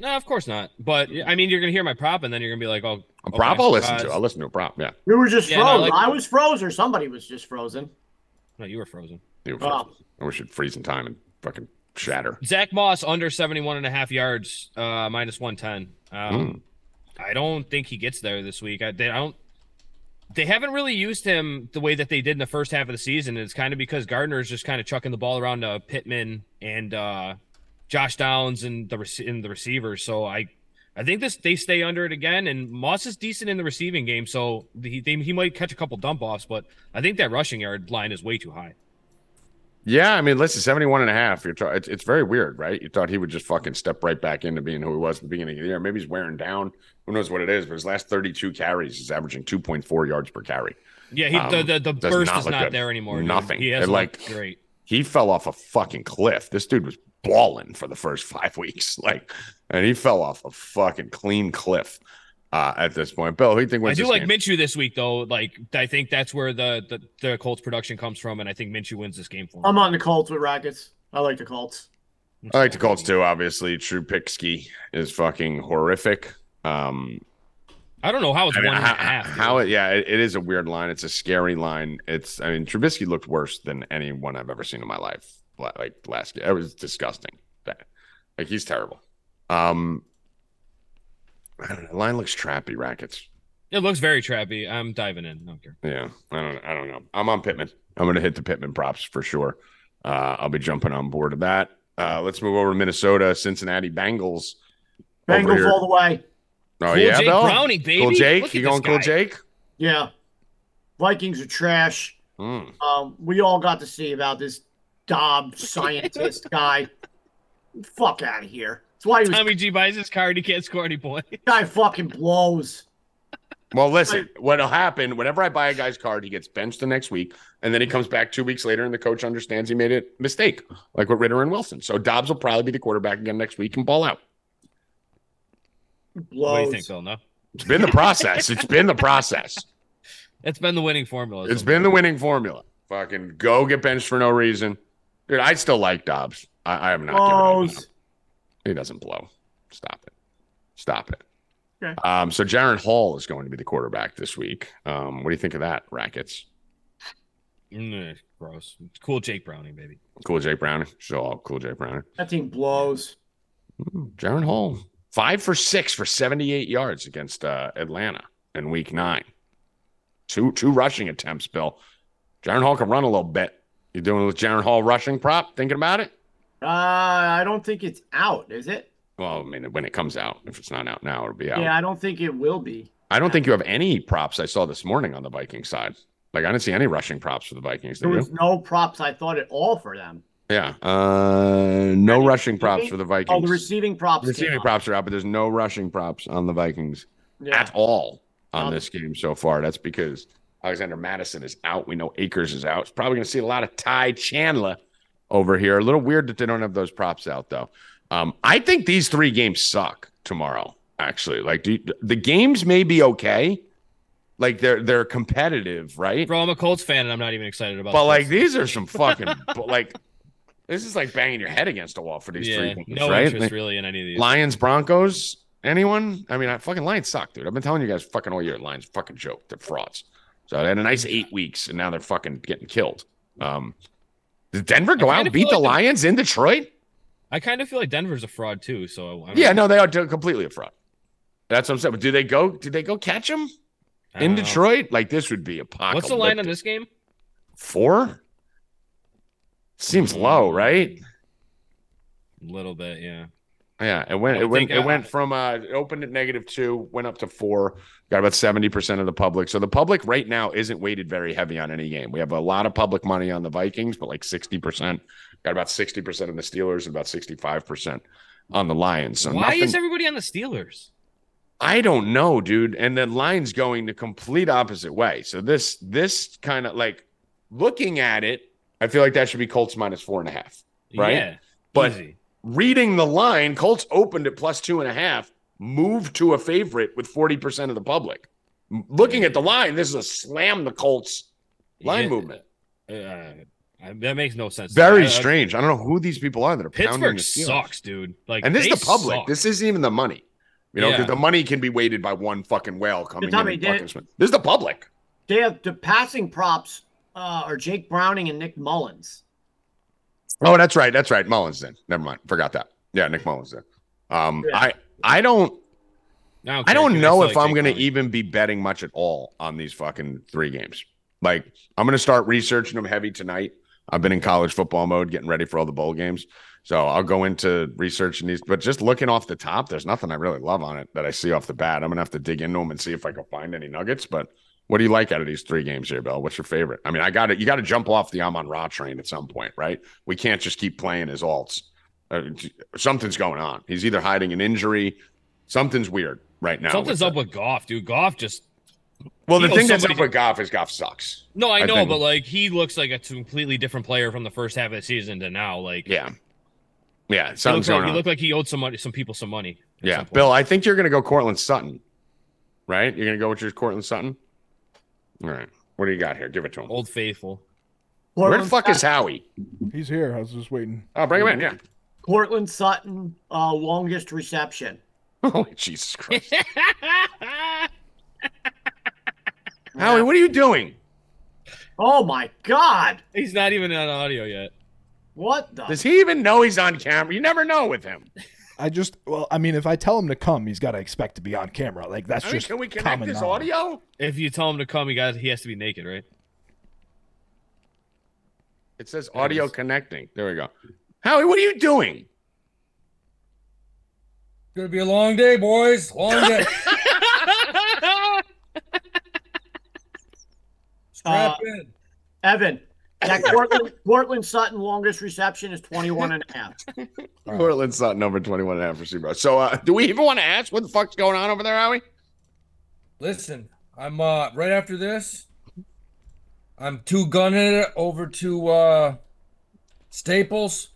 Speaker 4: No, of course not. But I mean, you're gonna hear my prop, and then you're gonna be like, "Oh,
Speaker 2: A
Speaker 4: okay,
Speaker 2: prop I'll listen
Speaker 4: uh,
Speaker 2: to. I'll listen to a prop. Yeah.
Speaker 3: We were just
Speaker 4: Yeah, no,
Speaker 3: frozen.
Speaker 4: like-
Speaker 3: I was frozen. or Somebody was just frozen.
Speaker 4: no, you were frozen."
Speaker 2: You were
Speaker 3: Wow.
Speaker 2: frozen. I wish it'd freeze in time and fucking shatter.
Speaker 4: Zach Moss under 71 and a half yards, uh, minus 110. Um, I don't think he gets there this week. I, they I don't. They haven't really used him the way that they did in the first half of the season. It's kind of because Gardner's just kind of chucking the ball around to Pittman and uh, Josh Downs and the rec- and the receivers. So I, I think this they stay under it again. And Moss is decent in the receiving game, so he they, he might catch a couple dump offs. But I think that rushing yard line is way too high.
Speaker 2: Yeah, I mean, listen, 71 and a half, you're ta- it's, it's very weird, right? You thought he would just fucking step right back into being who he was at the beginning of the year. Maybe he's wearing down. Who knows what it is, but his last 32 carries, he's averaging 2.4 yards per carry.
Speaker 4: Yeah, he,
Speaker 2: Um,
Speaker 4: the the, the
Speaker 2: does
Speaker 4: burst
Speaker 2: not
Speaker 4: is
Speaker 2: look
Speaker 4: not
Speaker 2: good.
Speaker 4: there anymore. dude.
Speaker 2: Nothing.
Speaker 4: He has
Speaker 2: They're
Speaker 4: like
Speaker 2: like-
Speaker 4: great.
Speaker 2: he fell off a fucking cliff. This dude was balling for the first five weeks, like, and he fell off a fucking clean cliff uh, at this point. Bill, who do you think
Speaker 4: I
Speaker 2: wins
Speaker 4: do
Speaker 2: this
Speaker 4: like
Speaker 2: game?
Speaker 4: Minshew this week though. Like I think that's where the, the the Colts production comes from, and I think Minshew wins this game for me.
Speaker 3: I'm on the Colts with Rockets. I like the Colts.
Speaker 2: I like the Colts too. Obviously, True Pixky is fucking horrific. Um,
Speaker 4: I don't know how it's
Speaker 2: I mean,
Speaker 4: one and a
Speaker 2: how,
Speaker 4: half.
Speaker 2: how it, yeah, it, it is a weird line. It's a scary line. It's, I mean, Trubisky looked worse than anyone I've ever seen in my life. la- Like last year, it was disgusting. That- Like he's terrible. Um, I don't know. Line looks trappy, rackets.
Speaker 4: It looks very trappy. I'm diving in. I don't care.
Speaker 2: Yeah, I don't, I don't know. I'm on Pittman. I'm gonna hit the Pittman props for sure. Uh, I'll be jumping on board of that. Uh, let's move over to Minnesota, Cincinnati Bengals. Over
Speaker 3: Bengals
Speaker 2: here.
Speaker 3: all the way.
Speaker 2: Oh
Speaker 4: Cool
Speaker 2: yeah,
Speaker 4: Jake
Speaker 2: Bill.
Speaker 4: Browning, baby.
Speaker 2: Cool Jake,
Speaker 4: Look
Speaker 2: you
Speaker 4: at this
Speaker 2: going cool
Speaker 4: guy.
Speaker 2: Jake?
Speaker 3: Yeah. Vikings are trash.
Speaker 2: Mm.
Speaker 3: Um, we all got to see about this Dob scientist guy. Fuck out of here. That's why he was
Speaker 4: Tommy G buys his card. He can't score any points.
Speaker 3: guy fucking blows.
Speaker 2: Well, listen, what'll happen whenever I buy a guy's card, he gets benched the next week, and then he comes back two weeks later, and the coach understands he made a mistake, like with Ritter and Wilson. So Dobbs will probably be the quarterback again next week and ball out.
Speaker 3: Blows.
Speaker 4: What do you think, Bill? No,
Speaker 2: It's been the process. it's been the process.
Speaker 4: it's been the winning formula.
Speaker 2: It's been the winning formula. Fucking go get benched for no reason, dude. I still like Dobbs. I, I am not. giving up on him.
Speaker 3: Blows.
Speaker 2: He doesn't blow. Stop it. Stop it.
Speaker 3: Okay.
Speaker 2: Um, so Jaron Hall is going to be the quarterback this week. Um, what do you think of that, Rackets?
Speaker 4: Mm, gross. It's cool Jake Browning, baby.
Speaker 2: Cool Jake Browning. So all cool Jake Browning.
Speaker 3: That team blows.
Speaker 2: Mm, Jaron Hall, five for six for 78 yards against uh, Atlanta in week nine. Two two rushing attempts, Bill. Jaron Hall can run a little bit. You doing with Jaron Hall rushing prop? Thinking about it?
Speaker 3: Uh, I don't think it's out, is it?
Speaker 2: Well, I mean, when it comes out, if it's not out now, it'll be out.
Speaker 3: Yeah, I don't think it will be.
Speaker 2: I don't think you have any props I saw this morning on the Viking side. Like I didn't see any rushing props for the Vikings.
Speaker 3: There
Speaker 2: Did
Speaker 3: was
Speaker 2: you?
Speaker 3: no props I thought at all for them.
Speaker 2: Yeah. Uh, no rushing props for the Vikings.
Speaker 3: Oh, the receiving props.
Speaker 2: The receiving
Speaker 3: came up.
Speaker 2: props are out, but there's no rushing props on the Vikings
Speaker 3: Yeah.
Speaker 2: at all on
Speaker 4: Um,
Speaker 3: No.
Speaker 2: this game so far. That's because Alexander Madison is out. We know Akers is out. It's probably going to see a lot of Ty Chandler over here. A little weird that they don't have those props out though. Um, I think these three games suck tomorrow. Actually, like do you- the games may be okay. Like they're they're competitive, right?
Speaker 4: Bro, I'm a Colts fan, and I'm not even excited about.
Speaker 2: But
Speaker 4: the
Speaker 2: like
Speaker 4: Colts.
Speaker 2: these are some fucking but like this is like banging your head against a wall for these three
Speaker 4: yeah,
Speaker 2: games,
Speaker 4: no
Speaker 2: right?
Speaker 4: interest really in any of these.
Speaker 2: Lions Broncos. Anyone? I mean, I fucking Lions suck, dude. I've been telling you guys fucking all year. Lions fucking joke. They're frauds. So they had a nice eight weeks, and now they're fucking getting killed. Um, did Denver go
Speaker 4: I
Speaker 2: out
Speaker 4: kinda
Speaker 2: and beat
Speaker 4: feel
Speaker 2: the
Speaker 4: like the-
Speaker 2: Lions in Detroit?
Speaker 4: I kind of feel like Denver's a fraud too. So I don't-
Speaker 2: Yeah, no, they are t- completely a fraud. That's what I'm saying. But do they go? Did they go catch them
Speaker 4: I
Speaker 2: in
Speaker 4: don't know.
Speaker 2: Detroit? Like this would be apocalyptic.
Speaker 4: What's the line on this game?
Speaker 2: Four seems
Speaker 4: Hmm.
Speaker 2: low, right?
Speaker 4: A little bit, yeah.
Speaker 2: Yeah, it went.
Speaker 4: I
Speaker 2: It went.
Speaker 4: think I-
Speaker 2: It went from uh, it opened at negative two, went up to four. Got about seventy percent of the public. So the public right now isn't weighted very heavy on any game. We have a lot of public money on the Vikings, but like sixty percent. Got about sixty percent on the Steelers and about sixty-five percent on the Lions. So
Speaker 4: Why is
Speaker 2: nothing-
Speaker 4: everybody on the Steelers?
Speaker 2: I don't know, dude. And the line's going the complete opposite way. So this this kind of like looking at it, I feel like that should be Colts minus four and a half. Right?
Speaker 4: Yeah,
Speaker 2: But
Speaker 4: easy.
Speaker 2: reading the line, Colts opened at plus two and a half, moved to a favorite with 40% of the public. M- Looking at the line, this is a slam the Colts line
Speaker 4: Yeah,
Speaker 2: movement.
Speaker 4: uh, I- that makes no sense.
Speaker 2: Very
Speaker 4: I- I-
Speaker 2: strange. I don't know who these people are that are pounding
Speaker 4: Pittsburgh
Speaker 2: the Steelers.
Speaker 4: sucks, dude. Like,
Speaker 2: And this
Speaker 4: they
Speaker 2: is the public.
Speaker 4: suck.
Speaker 2: This isn't even the money. You know, 'cause
Speaker 4: Yeah.
Speaker 2: the money can be weighted by one fucking whale coming in.
Speaker 3: Tommy,
Speaker 2: and
Speaker 3: did-
Speaker 2: fucking swim. This is the public.
Speaker 3: They have the passing props uh, are Jake Browning and Nick Mullins.
Speaker 2: Oh, that's right. That's right. Mullins then. Never mind. Forgot that. Yeah, Nick Mullins then. Um,
Speaker 3: Yeah.
Speaker 2: I I don't
Speaker 4: don't
Speaker 2: I
Speaker 4: care,
Speaker 2: don't
Speaker 4: dude.
Speaker 2: know
Speaker 4: still
Speaker 2: if
Speaker 4: like
Speaker 2: I'm
Speaker 4: Jake
Speaker 2: going to
Speaker 4: Browning.
Speaker 2: even be betting much at all on these fucking three games. Like, I'm going to start researching them heavy tonight. I've been in college football mode, getting ready for all the bowl games. So I'll go into researching these, but just looking off the top, there's nothing I really love on it that I see off the bat. I'm going to have to dig into them and see if I can find any nuggets. But what do you like out of these three games here, Bill? What's your favorite? I mean, I got to You got to jump off the Amon Ra train at some point, right? We can't just keep playing as alts. Uh, something's going on. He's either hiding an injury, something's weird right now.
Speaker 4: Something's
Speaker 2: with
Speaker 4: up with Goff, dude. Goff just
Speaker 2: Well, the
Speaker 4: He owes
Speaker 2: thing that's up
Speaker 4: somebody-
Speaker 2: with Goff is Goff sucks.
Speaker 4: No, I
Speaker 2: I
Speaker 4: know,
Speaker 2: think-
Speaker 4: but like he looks like a completely different player from the first half of the season to now. Like
Speaker 2: Yeah. Yeah.
Speaker 4: he looked
Speaker 2: Something's
Speaker 4: like,
Speaker 2: going
Speaker 4: he
Speaker 2: on.
Speaker 4: looked like he owed some money, some people some money. at
Speaker 2: yeah.
Speaker 4: some point.
Speaker 2: Bill, I think you're going to go Cortland Sutton, right? You're going to go with your Cortland Sutton? All right. What do you got here? Give it to him.
Speaker 4: Old Faithful.
Speaker 2: Where the
Speaker 3: Cortland
Speaker 2: fuck is Howie?
Speaker 1: He's here. I was just waiting.
Speaker 2: Oh, bring him in. Yeah.
Speaker 3: Cortland Sutton uh, longest reception?
Speaker 2: Holy Jesus Christ. Howie, what are you doing?
Speaker 3: Oh my God!
Speaker 4: He's not even on audio yet.
Speaker 3: What the?
Speaker 2: Does he even know he's on camera? You never know with him.
Speaker 1: I just, well, I mean, if I tell him to come, he's got to expect to be on camera. Like that's
Speaker 2: I mean,
Speaker 1: just.
Speaker 2: can we connect
Speaker 1: common
Speaker 2: this
Speaker 1: knowledge.
Speaker 2: audio?
Speaker 4: If you tell him to come, he got he has to be naked, right?
Speaker 2: It says
Speaker 4: it
Speaker 2: audio
Speaker 4: is.
Speaker 2: connecting. There we go. Howie, what are you doing?
Speaker 5: Gonna be a long day, boys. Long day. Strap in.
Speaker 3: Evan, that Cortland, Cortland Sutton longest reception is 21 and a half.
Speaker 1: All right.
Speaker 2: Portland Sutton over 21 and a half for Seabrook. So, uh, do we even want to ask what the fuck's going on over there, Howie?
Speaker 5: Listen, I'm uh right after this. I'm two gunning it over to uh Staples,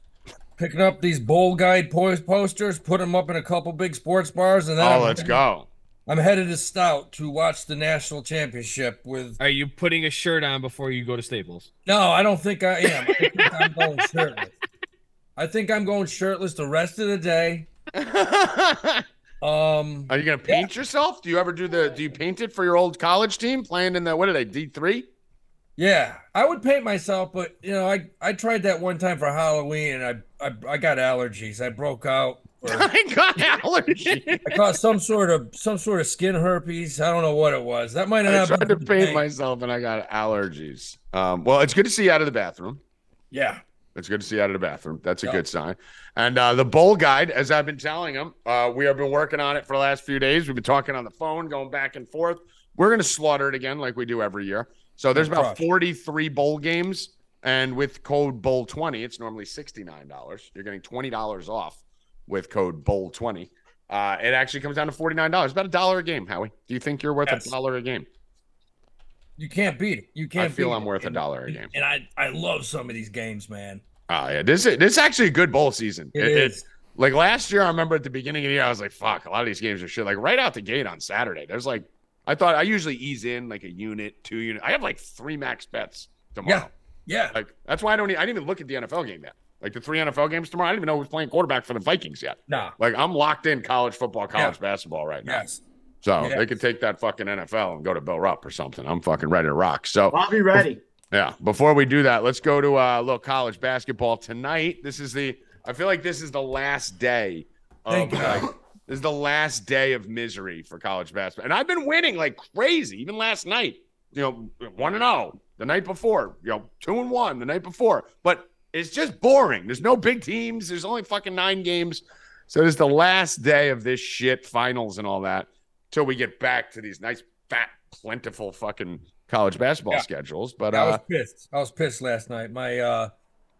Speaker 5: picking up these bowl guide po- posters, put them up in a couple big sports bars, and then
Speaker 2: Oh,
Speaker 5: I'm,
Speaker 2: let's go.
Speaker 5: I'm headed to Stout to watch the national championship with.
Speaker 4: Are you putting a shirt on before you go to Staples?
Speaker 5: No, I don't think I am. I think I'm going shirtless. I think I'm going shirtless the rest of the day.
Speaker 2: Are
Speaker 5: Um,
Speaker 2: you gonna paint yourself? Do you ever do the? Do you paint it for your old college team playing in the what are they D three?
Speaker 5: Yeah, I would paint myself, but you know, I I tried that one time for Halloween, and I I, I got allergies. I broke out. Or
Speaker 2: I got allergy.
Speaker 5: I caught some sort of some sort of skin herpes. I don't know what it was. That might
Speaker 2: I
Speaker 5: have
Speaker 2: tried to
Speaker 5: been the
Speaker 2: paint
Speaker 5: paint.
Speaker 2: myself and I got allergies. Um, well, it's good to see you out of the bathroom.
Speaker 5: Yeah,
Speaker 2: It's good to see you out of the bathroom. That's a
Speaker 5: Yeah.
Speaker 2: good sign. And uh, the bowl guide, as I've been telling him, uh, we have been working on it for the last few days. We've been talking on the phone, going back and forth. We're going to slaughter it again, like we do every year. So there's about
Speaker 5: Crush.
Speaker 2: 43 bowl games, and with code bowl 20, it's normally $69. You're getting $20 off with code bowl 20. Uh, it actually comes down to $49, about a dollar a game. Howie, do you think you're worth
Speaker 5: Yes.
Speaker 2: a dollar a game?
Speaker 5: you can't beat it. You can't.
Speaker 2: feel
Speaker 5: beat
Speaker 2: I'm
Speaker 5: it.
Speaker 2: worth a
Speaker 5: And-
Speaker 2: dollar a game.
Speaker 5: and I I love some of these games, man.
Speaker 2: Ah, yeah, this is this is actually a good bowl season.
Speaker 5: it
Speaker 2: It- it-
Speaker 5: is.
Speaker 2: Like last year, I remember at the beginning of the year, I was like, fuck, a lot of these games are shit. Like right out the gate on Saturday, there's like, I thought I usually ease in like a unit, two unit. I have like three max bets tomorrow.
Speaker 5: Yeah,
Speaker 2: Like that's why I don't, e- I didn't even look at the NFL game yet. Like the three NFL games tomorrow, I didn't even know who was playing quarterback for the Vikings yet.
Speaker 5: nah,
Speaker 2: Like I'm locked in college football, college basketball right now.
Speaker 5: yes.
Speaker 2: So
Speaker 5: Yeah.
Speaker 2: they could take that fucking NFL and go to Bill Rupp or something. I'm fucking ready to rock. So
Speaker 3: Bobby Reddy.
Speaker 2: yeah. Before we do that, let's go to uh, a little college basketball tonight. This is the. I feel like this is the last day. Of,
Speaker 5: Thank God.
Speaker 2: like, this is the last day of misery for college basketball, and I've been winning like crazy. Even last night, you know, one and zero. The night before, you know, two and one. The night before, but it's just boring. There's no big teams. There's only fucking nine games. So this is the last day of this shit finals and all that till we get back to these nice fat plentiful fucking college basketball
Speaker 5: Yeah.
Speaker 2: schedules. But
Speaker 5: I
Speaker 2: uh,
Speaker 5: was pissed. I was pissed last night. My uh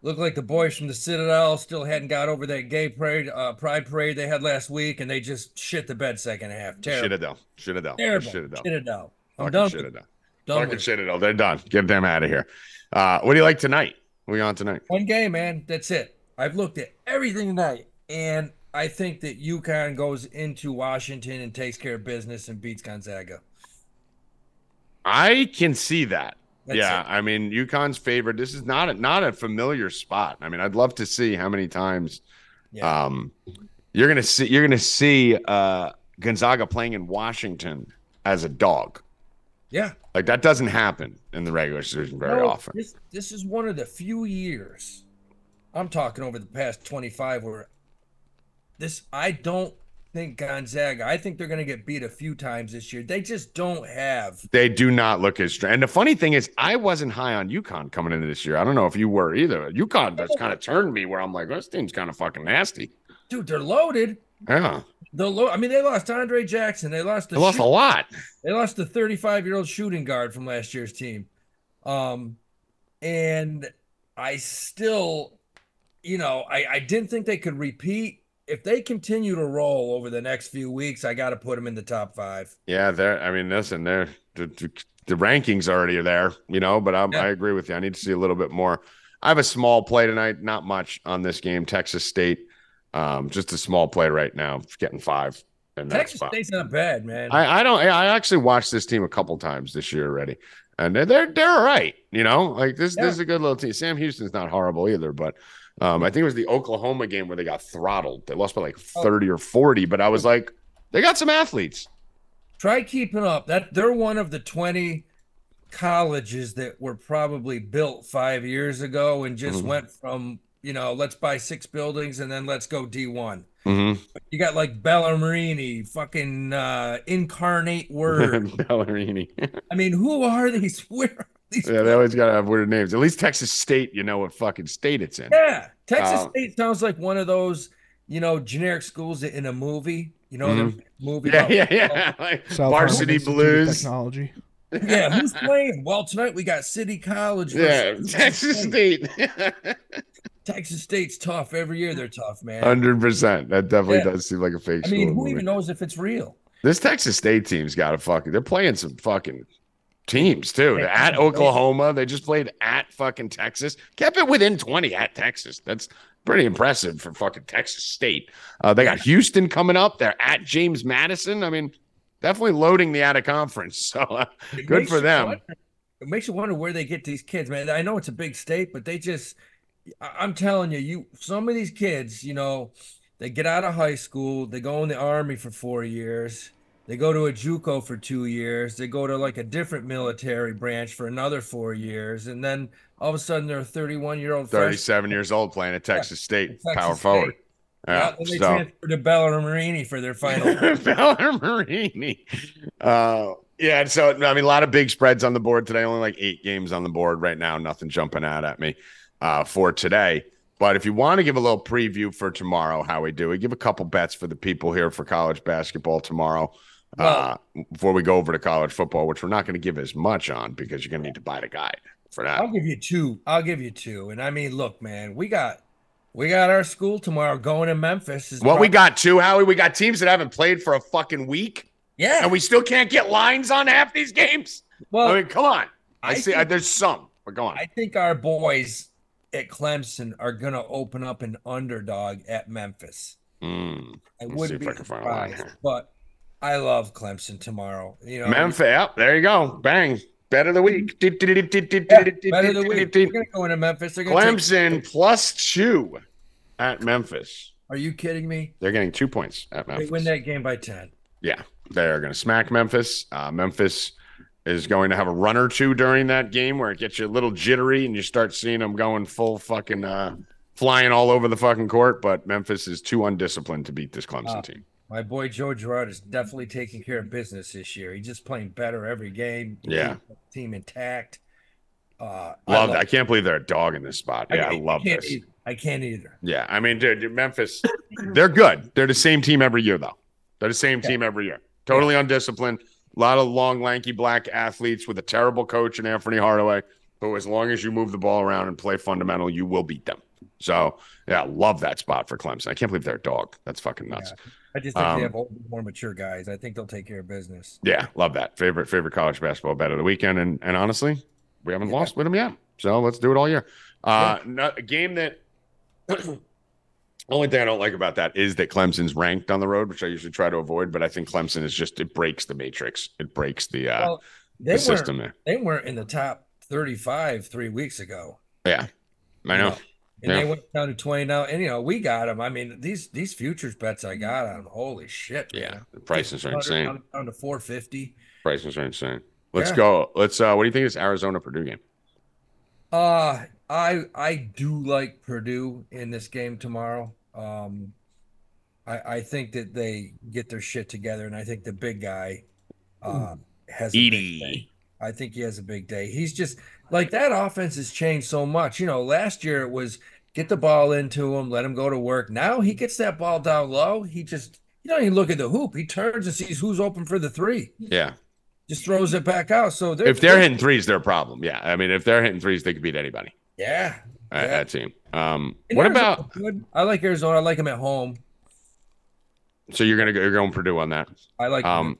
Speaker 5: looked like the boys from the Citadel still hadn't got over that gay parade, uh pride parade they had last week, and they just shit the bed second half.
Speaker 2: Should
Speaker 5: Terrible.
Speaker 2: have done. Should have done.
Speaker 5: Terrible.
Speaker 2: Should have done.
Speaker 5: Citadel. I'm
Speaker 2: Fucking
Speaker 5: done.
Speaker 2: should
Speaker 5: with
Speaker 2: have
Speaker 5: it.
Speaker 2: done.
Speaker 5: Done
Speaker 2: Fucking
Speaker 5: with it.
Speaker 2: should have done. They're done. Get them out of here. Uh, what do you like tonight? What are we on tonight?
Speaker 5: One game, man. That's it. I've looked at everything tonight, and I think that UConn goes into Washington and takes care of business and beats Gonzaga.
Speaker 2: I can see that.
Speaker 5: That's
Speaker 2: yeah,
Speaker 5: it.
Speaker 2: I mean, UConn's favored. This is not a, not a familiar spot. I mean, I'd love to see how many times.
Speaker 5: Yeah.
Speaker 2: Um, you're gonna see you're gonna see uh, Gonzaga playing in Washington as a dog.
Speaker 5: Yeah.
Speaker 2: Like that doesn't happen in the regular season very
Speaker 5: No,
Speaker 2: often.
Speaker 5: This, this is one of the few years I'm talking over the past 25 where this I don't think Gonzaga. I think they're going to get beat a few times this year. They just don't have.
Speaker 2: They do not look as strong. And the funny thing is, I wasn't high on UConn coming into this year. I don't know if you were either. UConn that's kind of turned me where I'm like, this team's kind of fucking nasty.
Speaker 5: Dude, they're loaded.
Speaker 2: Yeah,
Speaker 5: They're lo- I mean, they lost Andre Jackson. They lost the
Speaker 2: they lost
Speaker 5: shoot-
Speaker 2: a lot.
Speaker 5: They lost the 35 year old shooting guard from last year's team. Um, and I still, you know, I, I didn't think they could repeat. if they continue to roll over the next few weeks, I got to put them in the top five.
Speaker 2: Yeah, there. I mean, listen, there. The, the, the rankings already are there, you know. But I'm, I agree with you. I need to see a little bit more. I have a small play tonight. Not much on this game. Texas State. Um, just a small play right now. Getting five. And that's
Speaker 5: Texas
Speaker 2: fine.
Speaker 5: State's not bad, man.
Speaker 2: I, I don't. I actually watched this team a couple times this year already, and they're they're, they're all right. You know, like this
Speaker 5: Yeah.
Speaker 2: this is a good little team. Sam Houston's not horrible either, but um, I think it was the Oklahoma game where they got throttled. They lost by like
Speaker 5: Oh.
Speaker 2: thirty or forty, but I was like, they got some athletes.
Speaker 5: Try keeping up. That they're one of the twenty colleges that were probably built five years ago and just
Speaker 2: Mhm.
Speaker 5: went from you know let's buy six buildings and then let's go D one.
Speaker 2: Mm-hmm.
Speaker 5: You got like Bellarmine, fucking uh, incarnate word.
Speaker 2: Ballerini.
Speaker 5: I mean, who are these? Where are these?
Speaker 2: yeah, they always gotta have weird names. At least Texas State, you know what fucking state it's in.
Speaker 5: Yeah, Texas
Speaker 2: Um,
Speaker 5: State sounds like one of those, you know, generic schools that in a movie. You know, the movie.
Speaker 2: Mm-hmm. Yeah, yeah,
Speaker 5: about-
Speaker 2: yeah. Like
Speaker 1: South Harlem
Speaker 2: varsity
Speaker 1: Institute of
Speaker 2: blues.
Speaker 1: Technology.
Speaker 5: Yeah, who's playing? Well, tonight we got City College.
Speaker 2: Yeah,
Speaker 5: versus
Speaker 2: Texas
Speaker 5: State.
Speaker 2: State.
Speaker 5: Texas State's tough. Every year they're tough, man.
Speaker 2: Hundred percent. That definitely
Speaker 5: Yeah.
Speaker 2: does seem like a fake
Speaker 5: I
Speaker 2: school
Speaker 5: mean, who
Speaker 2: movie.
Speaker 5: even knows if it's real?
Speaker 2: This Texas State team's got a fucking. They're playing some fucking teams too. They're at
Speaker 5: Yeah.
Speaker 2: Oklahoma, they just played at fucking Texas. Kept it within twenty at Texas. That's pretty impressive for fucking Texas State. Uh, they got Houston coming up. They're at James Madison. I mean, definitely loading the out of conference. So uh,
Speaker 5: It
Speaker 2: Good
Speaker 5: makes
Speaker 2: for
Speaker 5: you
Speaker 2: them.
Speaker 5: wonder- it makes you wonder where they get these kids, man. I know it's a big state, but they just, I- I'm telling you, you some of these kids, you know, they get out of high school, they go in the army for four years, they go to a JUCO for two years, they go to like a different military branch for another four years, and then all of a sudden they're a 31 year old
Speaker 2: thirty-seven years old playing at Texas State,
Speaker 5: Texas
Speaker 2: power
Speaker 5: State.
Speaker 2: forward.
Speaker 5: Yeah,
Speaker 2: Yeah,
Speaker 5: then they
Speaker 2: so-
Speaker 5: transfer to Bellarmine for their final.
Speaker 2: Ballerini. Uh, yeah, so I mean, a lot of big spreads on the board today. Only like eight games on the board right now. Nothing jumping out at me uh, for today. But if you want to give a little preview for tomorrow, how we do, we give a couple bets for the people here for college basketball tomorrow. Uh, before we go over to college football, which we're not going to give as much on because you're going to need to buy the guide for that.
Speaker 5: I'll give you two. I'll give you two. And I mean, look, man, we got we got our school tomorrow going to Memphis. Is
Speaker 2: What we
Speaker 5: prob-
Speaker 2: got too, Howie? We got teams that haven't played for a fucking week,
Speaker 5: Yeah.
Speaker 2: and we still can't get lines on half these games.
Speaker 5: well,
Speaker 2: I mean, come on. I,
Speaker 5: I
Speaker 2: see. I,
Speaker 5: think-
Speaker 2: there's some. We're going.
Speaker 5: I think our boys at Clemson are gonna open up an underdog at Memphis.
Speaker 2: Mm.
Speaker 5: I
Speaker 2: Let's see
Speaker 5: wouldn't
Speaker 2: if
Speaker 5: be
Speaker 2: I can find a line
Speaker 5: surprised,
Speaker 2: here.
Speaker 5: but I love Clemson tomorrow. You know,
Speaker 2: Memphis. Yep, there you go. Bang. Bet of the week.
Speaker 5: Mm-hmm. yeah, better than we. We're gonna go into Memphis. They're gonna take-
Speaker 2: Clemson plus two at Memphis.
Speaker 5: are you kidding me?
Speaker 2: They're getting two points at Memphis.
Speaker 5: They win that game by ten.
Speaker 2: They are going to smack Memphis. Uh, Memphis is going to have a run or two during that game where it gets you a little jittery and you start seeing them going full fucking uh, flying all over the fucking court. But Memphis is too undisciplined to beat this Clemson
Speaker 5: Uh,
Speaker 2: team.
Speaker 5: My boy Joe Girard is definitely taking care of business this year. He's just playing better every game.
Speaker 2: Yeah.
Speaker 5: team intact. Uh, I
Speaker 2: Love that. I can't believe they're a dog in this spot. Yeah, I,
Speaker 5: can't-
Speaker 2: love
Speaker 5: can't
Speaker 2: this.
Speaker 5: either. I can't either.
Speaker 2: Yeah, I mean, dude, dude, Memphis, they're good. They're the same team every year, though. They're the same
Speaker 5: Yeah.
Speaker 2: team every year. Totally undisciplined. A lot of long, lanky black athletes with a terrible coach in Anthony Hardaway. Who, as long as you move the ball around and play fundamental, you will beat them. So, yeah, love that spot for Clemson. I can't believe they're a dog. That's fucking nuts.
Speaker 5: I just think
Speaker 2: Um,
Speaker 5: they have older, more mature guys. I think they'll take care of business.
Speaker 2: Yeah, love that. Favorite favorite college basketball bet of the weekend, and and honestly, we haven't
Speaker 5: Yeah.
Speaker 2: lost with them yet. So let's do it all year. Uh, no- a game that only thing I don't like about that is that Clemson's ranked on the road, which I usually try to avoid. But I think Clemson is just it breaks the matrix. It breaks the uh,
Speaker 5: Well,
Speaker 2: the
Speaker 5: They weren't.
Speaker 2: system there.
Speaker 5: They weren't in the top thirty-five three weeks ago.
Speaker 2: I know.
Speaker 5: And
Speaker 2: Yeah.
Speaker 5: they went down to twenty now. And you know we got them. I mean these these futures bets I got on. 'em, Holy shit!
Speaker 2: Yeah,
Speaker 5: man.
Speaker 2: the prices are
Speaker 5: 600
Speaker 2: insane.
Speaker 5: Down, down to four fifty.
Speaker 2: Prices are insane. Let's
Speaker 5: Yeah.
Speaker 2: go. Let's. uh What do you think of this Arizona Purdue game?
Speaker 5: Uh I I do like Purdue in this game tomorrow. Um I I think that they get their shit together and I think the big guy uh has a big day.
Speaker 2: Edie.
Speaker 5: I think he has a big day. He's just like that offense has changed so much. You know, last year it was get the ball into him, let him go to work. Now he gets that ball down low. He just you don't even look at the hoop. He turns and sees who's open for the three.
Speaker 2: Yeah.
Speaker 5: Just throws it back out. So they're
Speaker 2: If they're hitting threes, they're a problem. Yeah. I mean, if they're hitting threes, they could beat anybody.
Speaker 5: yeah.
Speaker 2: uh,
Speaker 5: Yeah.
Speaker 2: That team. Um.
Speaker 5: And
Speaker 2: What
Speaker 5: Arizona's
Speaker 2: about?
Speaker 5: good. I like Arizona. I like them at home.
Speaker 2: So you're gonna go, you're going Purdue on that.
Speaker 5: I like.
Speaker 2: Um,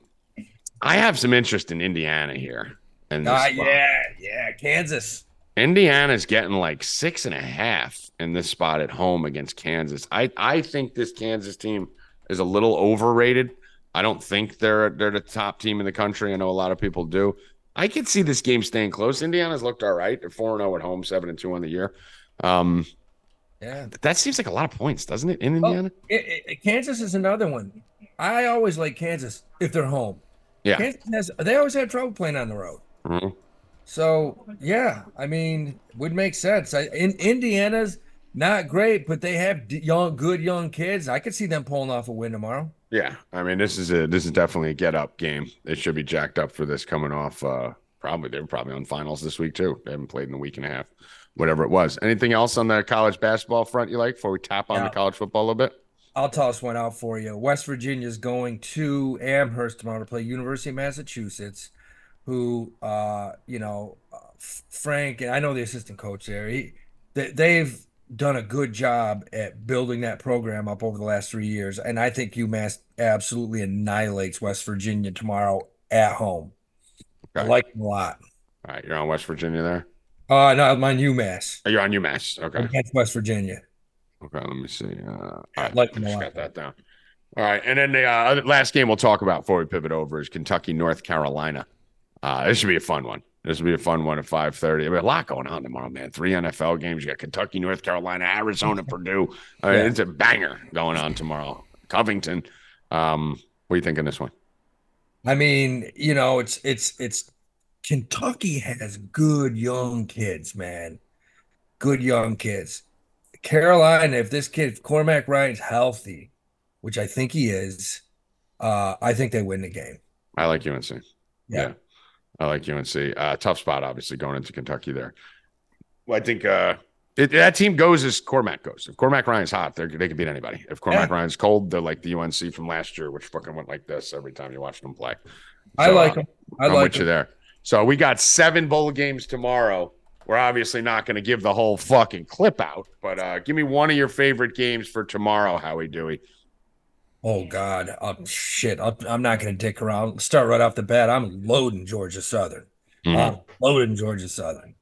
Speaker 2: I have some interest in Indiana here. And
Speaker 5: Ah, yeah, yeah, Kansas.
Speaker 2: Indiana's getting like six and a half in this spot at home against Kansas. I, I think this Kansas team is a little overrated. I don't think they're they're the top team in the country. I know a lot of people do. I could see this game staying close. Indiana's looked all right. They're four and zero at home, seven and two on the year. Um,
Speaker 5: Yeah,
Speaker 2: that seems like a lot of points, doesn't it?
Speaker 5: Oh,
Speaker 2: In Indiana,
Speaker 5: It- it- it- Kansas is another one. I always like Kansas if they're home.
Speaker 2: Yeah.
Speaker 5: Kansas has, they always have trouble playing on the road.
Speaker 2: Mhm.
Speaker 5: So yeah, I mean, would make sense. I, in Indiana's not great, but they have d- young, good young kids. I could see them pulling off a win tomorrow.
Speaker 2: yeah. I mean, this is a this is definitely a get up game. They should be jacked up for this coming off. Uh, probably they were probably on finals this week too. They haven't played in a week and a half, whatever it was. Anything else on the college basketball front you like before we tap on
Speaker 5: No.
Speaker 2: the college football a little bit?
Speaker 5: I'll toss one out for you. West Virginia's going to Amherst tomorrow to play University of Massachusetts, who, uh, you know, uh, F- Frank and I know the assistant coach there. He, they, they've done a good job at building that program up over the last three years, and I think UMass absolutely annihilates West Virginia tomorrow at home. I
Speaker 2: Okay.
Speaker 5: like them a lot.
Speaker 2: All right, you're on West Virginia there.
Speaker 5: Uh, no, mine UMass
Speaker 2: Oh, You're on UMass. Okay.
Speaker 5: against West Virginia.
Speaker 2: Okay. Let me see. Uh, all right.
Speaker 5: Like
Speaker 2: I just
Speaker 5: Milwaukee.
Speaker 2: got that down. All right. And then the uh, other- last game we'll talk about before we pivot over is Kentucky, North Carolina. Uh, this should be a fun one. This will be a fun one at 530. I mean, a lot going on tomorrow, man. Three NFL games. You got Kentucky, North Carolina, Arizona, Purdue. I mean,
Speaker 5: Yeah.
Speaker 2: It's a banger going on tomorrow. Covington. Um, what do you think of this one?
Speaker 5: I mean, you know, it's it's it's Kentucky has good young kids, man. Good young kids. Carolina, if this kid, if Cormac Ryan's healthy, which I think he is, uh, I think they win the game.
Speaker 2: I like UNC. Yeah.
Speaker 5: Yeah.
Speaker 2: I like UNC. Uh, tough spot, obviously, going into Kentucky there. Well, I think uh, it, that team goes as Cormac goes. If Cormac Ryan's hot, they're, they can beat anybody. If Cormac Ryan's cold, they're like the UNC from last year, which fucking went like this every time you watched them play.
Speaker 5: I
Speaker 2: So,
Speaker 5: like
Speaker 2: uh,
Speaker 5: them. I
Speaker 2: I'm
Speaker 5: like
Speaker 2: with you there. So we got seven bowl games tomorrow. We're obviously not going to give the whole fucking clip out, but uh, give me one of your favorite games for tomorrow, Howie Dewey.
Speaker 5: Oh God, uh, shit! I'm, I'm not gonna dick around. Start right off the bat. I'm loading Georgia Southern.
Speaker 2: Mm-hmm.
Speaker 5: I'm loading Georgia Southern.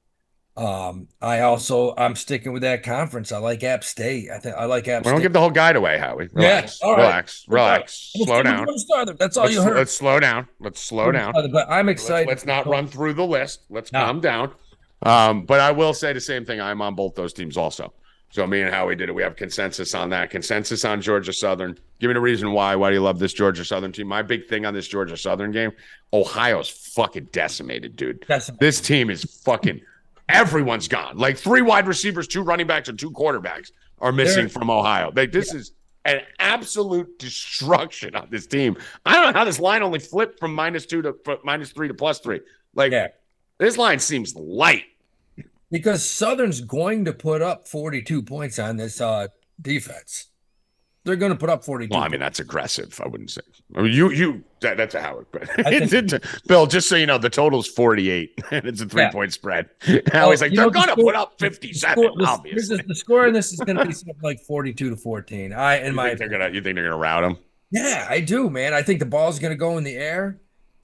Speaker 5: Um, I also I'm sticking with that conference. I like App State. I think I like App
Speaker 2: We don't
Speaker 5: State.
Speaker 2: give the whole guide away, Howie.
Speaker 5: Yeah,
Speaker 2: Relax,
Speaker 5: all right.
Speaker 2: relax, relax. Slow
Speaker 5: I'm sticking with
Speaker 2: down.
Speaker 5: Georgia Southern. That's all
Speaker 2: let's,
Speaker 5: you heard.
Speaker 2: let's slow down. Let's slow down.
Speaker 5: But I'm
Speaker 2: Let's,
Speaker 5: excited.
Speaker 2: let's not run through the list. Let's
Speaker 5: No.
Speaker 2: calm down. Um, but I will say the same thing. I'm on both those teams also. So me and Howie did it. We have consensus on that. Consensus on Georgia Southern. Give me the reason why. Why do you love this Georgia Southern team? My big thing on this Georgia Southern game, Ohio's fucking decimated, dude.
Speaker 5: That's
Speaker 2: This team is fucking everyone's gone. Like three wide receivers, two running backs, and two quarterbacks are missing
Speaker 5: They're-
Speaker 2: from Ohio. Like this is an absolute destruction on this team. I don't know how this line only flipped from minus two to from minus three to plus three. Like
Speaker 5: yeah.
Speaker 2: this line seems light.
Speaker 5: Because Southern's going to put up 42 points on this uh defense. They're going to put up 42.
Speaker 2: Well, I mean that's aggressive. I wouldn't say. I mean you you that, that's a Howard. But
Speaker 5: I
Speaker 2: it's-
Speaker 5: think-
Speaker 2: it's- Bill, just so you know, the total's forty eight, and it's a three point spread. Howie's like
Speaker 5: you
Speaker 2: they're
Speaker 5: know, the
Speaker 2: gonna
Speaker 5: score-
Speaker 2: put up fifty seven.
Speaker 5: The score- this-
Speaker 2: Obviously,
Speaker 5: this- the score in this is going to be something like 42 to 14. I, in
Speaker 2: you
Speaker 5: my
Speaker 2: think they're gonna you think they're gonna route him?
Speaker 5: Yeah, I do, man. I think the ball's going to go in the air.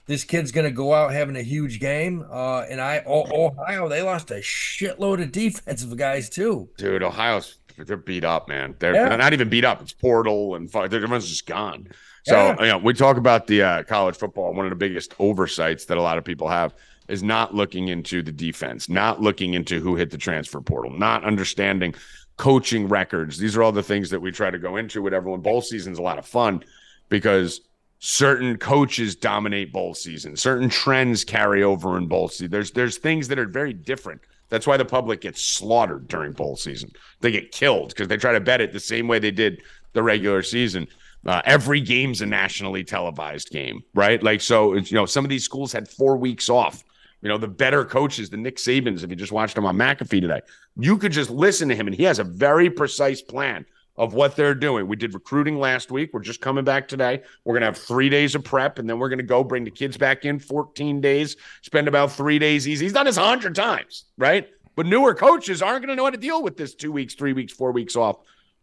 Speaker 5: This kid's going to go out having a huge game. Uh, and I, O- Ohio, they lost a shitload of defensive guys too.
Speaker 2: Dude, Ohio's they're beat up, man. They're,
Speaker 5: Yeah.
Speaker 2: they're not even beat up. It's portal and fuck. Everyone's just gone. So
Speaker 5: Yeah.
Speaker 2: you know, we talk about the uh, college football. One of the biggest oversights that a lot of people have is not looking into the defense, not looking into who hit the transfer portal, not understanding coaching records. These are all the things that we try to go into with everyone. Bowl season's a lot of fun because certain coaches dominate bowl season. Certain trends carry over in bowl season. There's there's things that are very different. That's why the public gets slaughtered during bowl season. They get killed because they try to bet it the same way they did the regular season. Uh, every game's a nationally televised game, right? Like so, it's, you know, some of these schools had four weeks off. You know, the better coaches, the Nick Sabans, if you just watched him on McAfee today, you could just listen to him and he has a very precise plan of what they're doing. We did recruiting last week. We're just coming back today. We're going to have three days of prep and then we're going to go bring the kids back in 14 days, spend about three days easy. He's done this 100 times, right? But newer coaches aren't going to know how to deal with this two weeks, three weeks, four weeks off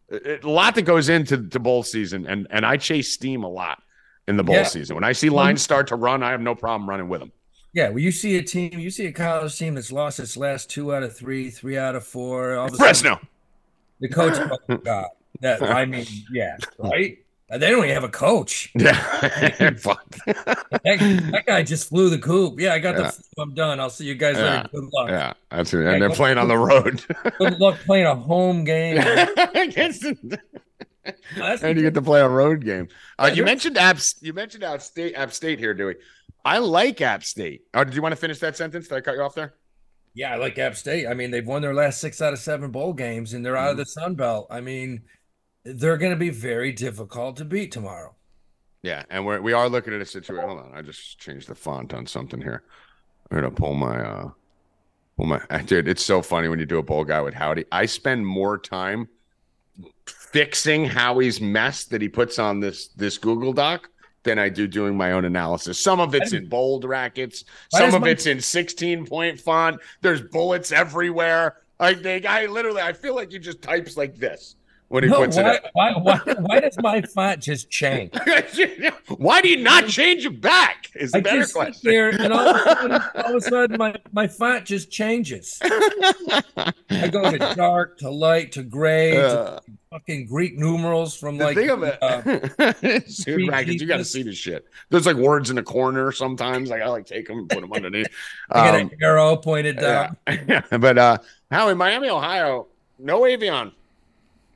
Speaker 2: It- it- a lot that goes into the bowl season, and and I chase steam a lot in the bowl
Speaker 5: Yeah.
Speaker 2: season. When I see lines start to run, I have no problem running with them.
Speaker 5: Yeah, well, you see a team, you see a college team that's lost its last two out of three, three out of four. All of a sudden,
Speaker 2: Fresno.
Speaker 5: the coach. oh, God, that I mean, yeah, right. And They don't even have a coach.
Speaker 2: Yeah. Fuck.
Speaker 5: That, that guy just flew the coop. Yeah, I got
Speaker 2: Yeah.
Speaker 5: the. flu. I'm done. I'll see you guys
Speaker 2: Yeah.
Speaker 5: later. Good luck.
Speaker 2: Yeah, that's it. And they're playing on the road.
Speaker 5: Good luck playing a home game.
Speaker 2: Against the-
Speaker 5: That's-
Speaker 2: and you get to play a road game. Uh,
Speaker 5: Yeah,
Speaker 2: you
Speaker 5: they're-
Speaker 2: mentioned App. You mentioned App State. App State here, Dewey. I like App State. Oh, did you want to finish that sentence? Did I cut you off there?
Speaker 5: Yeah, I like App State. I mean, they've won their last six out of seven bowl games, and they're out
Speaker 2: Mm-hmm.
Speaker 5: of the Sun Belt. I mean, they're going to be very difficult to beat tomorrow.
Speaker 2: Yeah, and we're we are looking at a situation. Hold on, I just changed the font on something here. I'm gonna pull my uh, pull my dude. It's so funny when you do a bowl guy with Howdy. I spend more time fixing Howie's mess that he puts on this this Google Doc than I do doing my own analysis. Some of it's in bold brackets.
Speaker 5: Why
Speaker 2: Some
Speaker 5: does
Speaker 2: of
Speaker 5: my-
Speaker 2: it's in 16 point font. There's bullets everywhere. Like they, I literally, I feel like he just types like this when he
Speaker 5: No,
Speaker 2: puts it.
Speaker 5: why,
Speaker 2: Up.
Speaker 5: why, why, why does my font just change?
Speaker 2: Why do you not change it back? Is the
Speaker 5: I
Speaker 2: better
Speaker 5: just sit
Speaker 2: question.
Speaker 5: there, and all of a sudden, all of a sudden my, my font just changes. I go to dark to light to gray to
Speaker 2: Uh,
Speaker 5: fucking Greek numerals from
Speaker 2: the
Speaker 5: like
Speaker 2: thing of it,
Speaker 5: uh,
Speaker 2: dude, Rackets, you got to see this shit. There's like words in the corner sometimes. Like I like take them and put them underneath.
Speaker 5: I got
Speaker 2: Um,
Speaker 5: an arrow pointed
Speaker 2: yeah.
Speaker 5: down.
Speaker 2: but uh, Howie, Miami, Ohio, no Avion.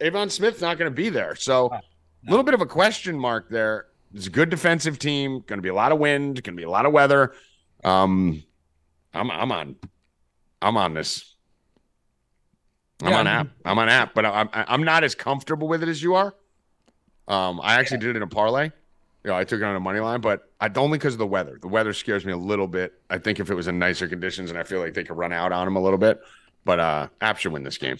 Speaker 2: Avon Smith's not going to be there. So a little bit of a question mark there. It's a good defensive team. Going to be a lot of wind. Going to be a lot of weather. Um, I'm I'm on, I'm on this. I'm
Speaker 5: Yeah,
Speaker 2: on
Speaker 5: I
Speaker 2: app.
Speaker 5: mean-
Speaker 2: I'm on app, but I'm I- I'm not as comfortable with it as you are. Um, I actually did it in a parlay. You know, I took it on a money line, but I only because of the weather. The weather scares me a little bit. I think if it was in nicer conditions, and I feel like they could run out on him a little bit, but uh, App should win this game.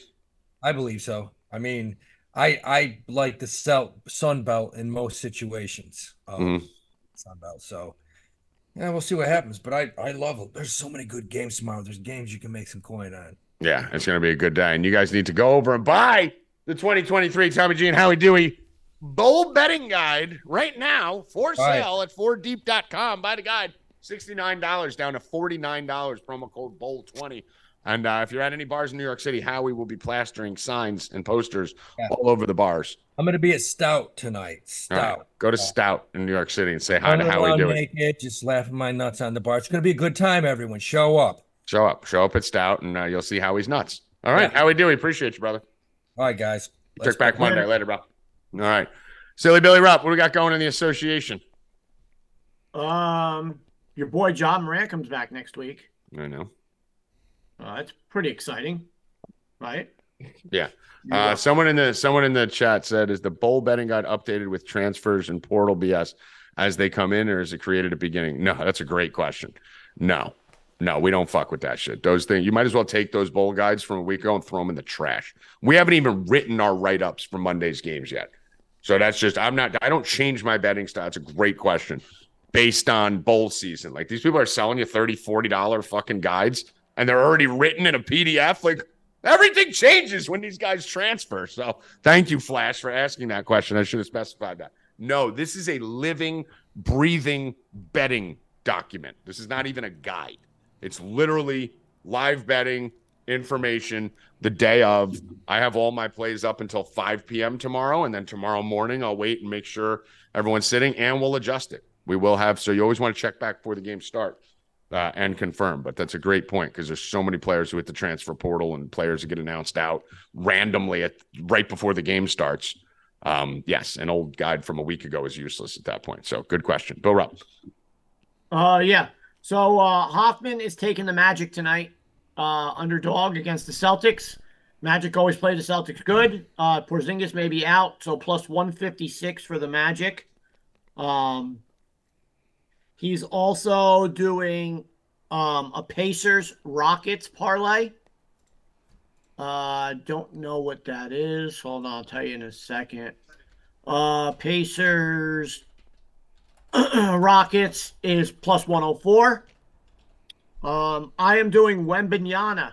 Speaker 5: I believe so. I mean, I I like the sell, Sun Belt in most situations. Um,
Speaker 2: Mm-hmm.
Speaker 5: Sun Belt. So yeah, we'll see what happens. But I I love it. There's so many good games tomorrow. There's games you can make some coin on.
Speaker 2: Yeah, it's going to be a good day. And you guys need to go over and buy the 2023 Tommy G and Howie Dewey Bowl Betting Guide right now for
Speaker 5: Buy it.
Speaker 2: sale at 4deep.com. Buy the guide, $69 down to $49, promo code BOWL20. And uh, if you're at any bars in New York City, Howie will be plastering signs and posters
Speaker 5: Yeah.
Speaker 2: all over the bars.
Speaker 5: I'm gonna be at Stout tonight.
Speaker 2: All right,
Speaker 5: Stout.
Speaker 2: go to Stout in New York City and say hi to
Speaker 5: Running
Speaker 2: Howie
Speaker 5: around
Speaker 2: Dewey.
Speaker 5: naked, just laughing my nuts on the bar. It's gonna be a good time. Everyone, show up.
Speaker 2: Show up. Show up at Stout, and uh, you'll see Howie's nuts. All right,
Speaker 5: Yeah.
Speaker 2: Howie Dewey, appreciate you, brother.
Speaker 5: All right, guys.
Speaker 2: Check
Speaker 5: Let's
Speaker 2: back
Speaker 5: go.
Speaker 2: Monday. Later, bro. All right. Silly Billy Rupp, what do we got going in the association?
Speaker 3: Um, your boy John Moran comes back next week.
Speaker 2: I know.
Speaker 3: Uh, that's pretty exciting, right?
Speaker 2: Yeah.
Speaker 3: Yeah.
Speaker 2: Uh, someone in the someone in the chat said, "Is the bowl betting guide updated with transfers and portal BS as they come in, or is it created at beginning?" No, that's a great question. No, no, we don't fuck with that shit. Those things you might as well take those bowl guides from a week ago and throw them in the trash. We haven't even written our write ups for Monday's games yet, so that's just I'm not. I don't change my betting style. It's a great question based on bowl season. Like these people are selling you 30 40 dollar fucking guides, and they're already written in a PDF. Like Everything changes when these guys transfer. So thank you, Flash, for asking that question. I should have specified that. No, this is a living, breathing betting document. This is not even a guide. It's literally live betting information the day of. I have all my plays up until 5 p.m. tomorrow. And then tomorrow morning, I'll wait and make sure everyone's sitting and we'll adjust it. We will have, so you always want to check back before the game starts uh, and confirm. But that's a great point because there's so many players who hit the transfer portal and players that get announced out randomly at right before the game starts. Um, yes, an old guide from a week ago is useless at that point. So good question, Bill Rupp.
Speaker 3: Uh, yeah. So uh, Hoffman is taking the Magic tonight, uh, underdog against the Celtics. Magic always play the Celtics good. Uh, Porzingis may be out, so plus 156 for the Magic. Um, he's also doing um, a Pacers Rockets parlay. Uh, don't know what that is. Hold on, I'll tell you in a second. Uh, Pacers Rockets is plus 104. Um, I am doing Wembignana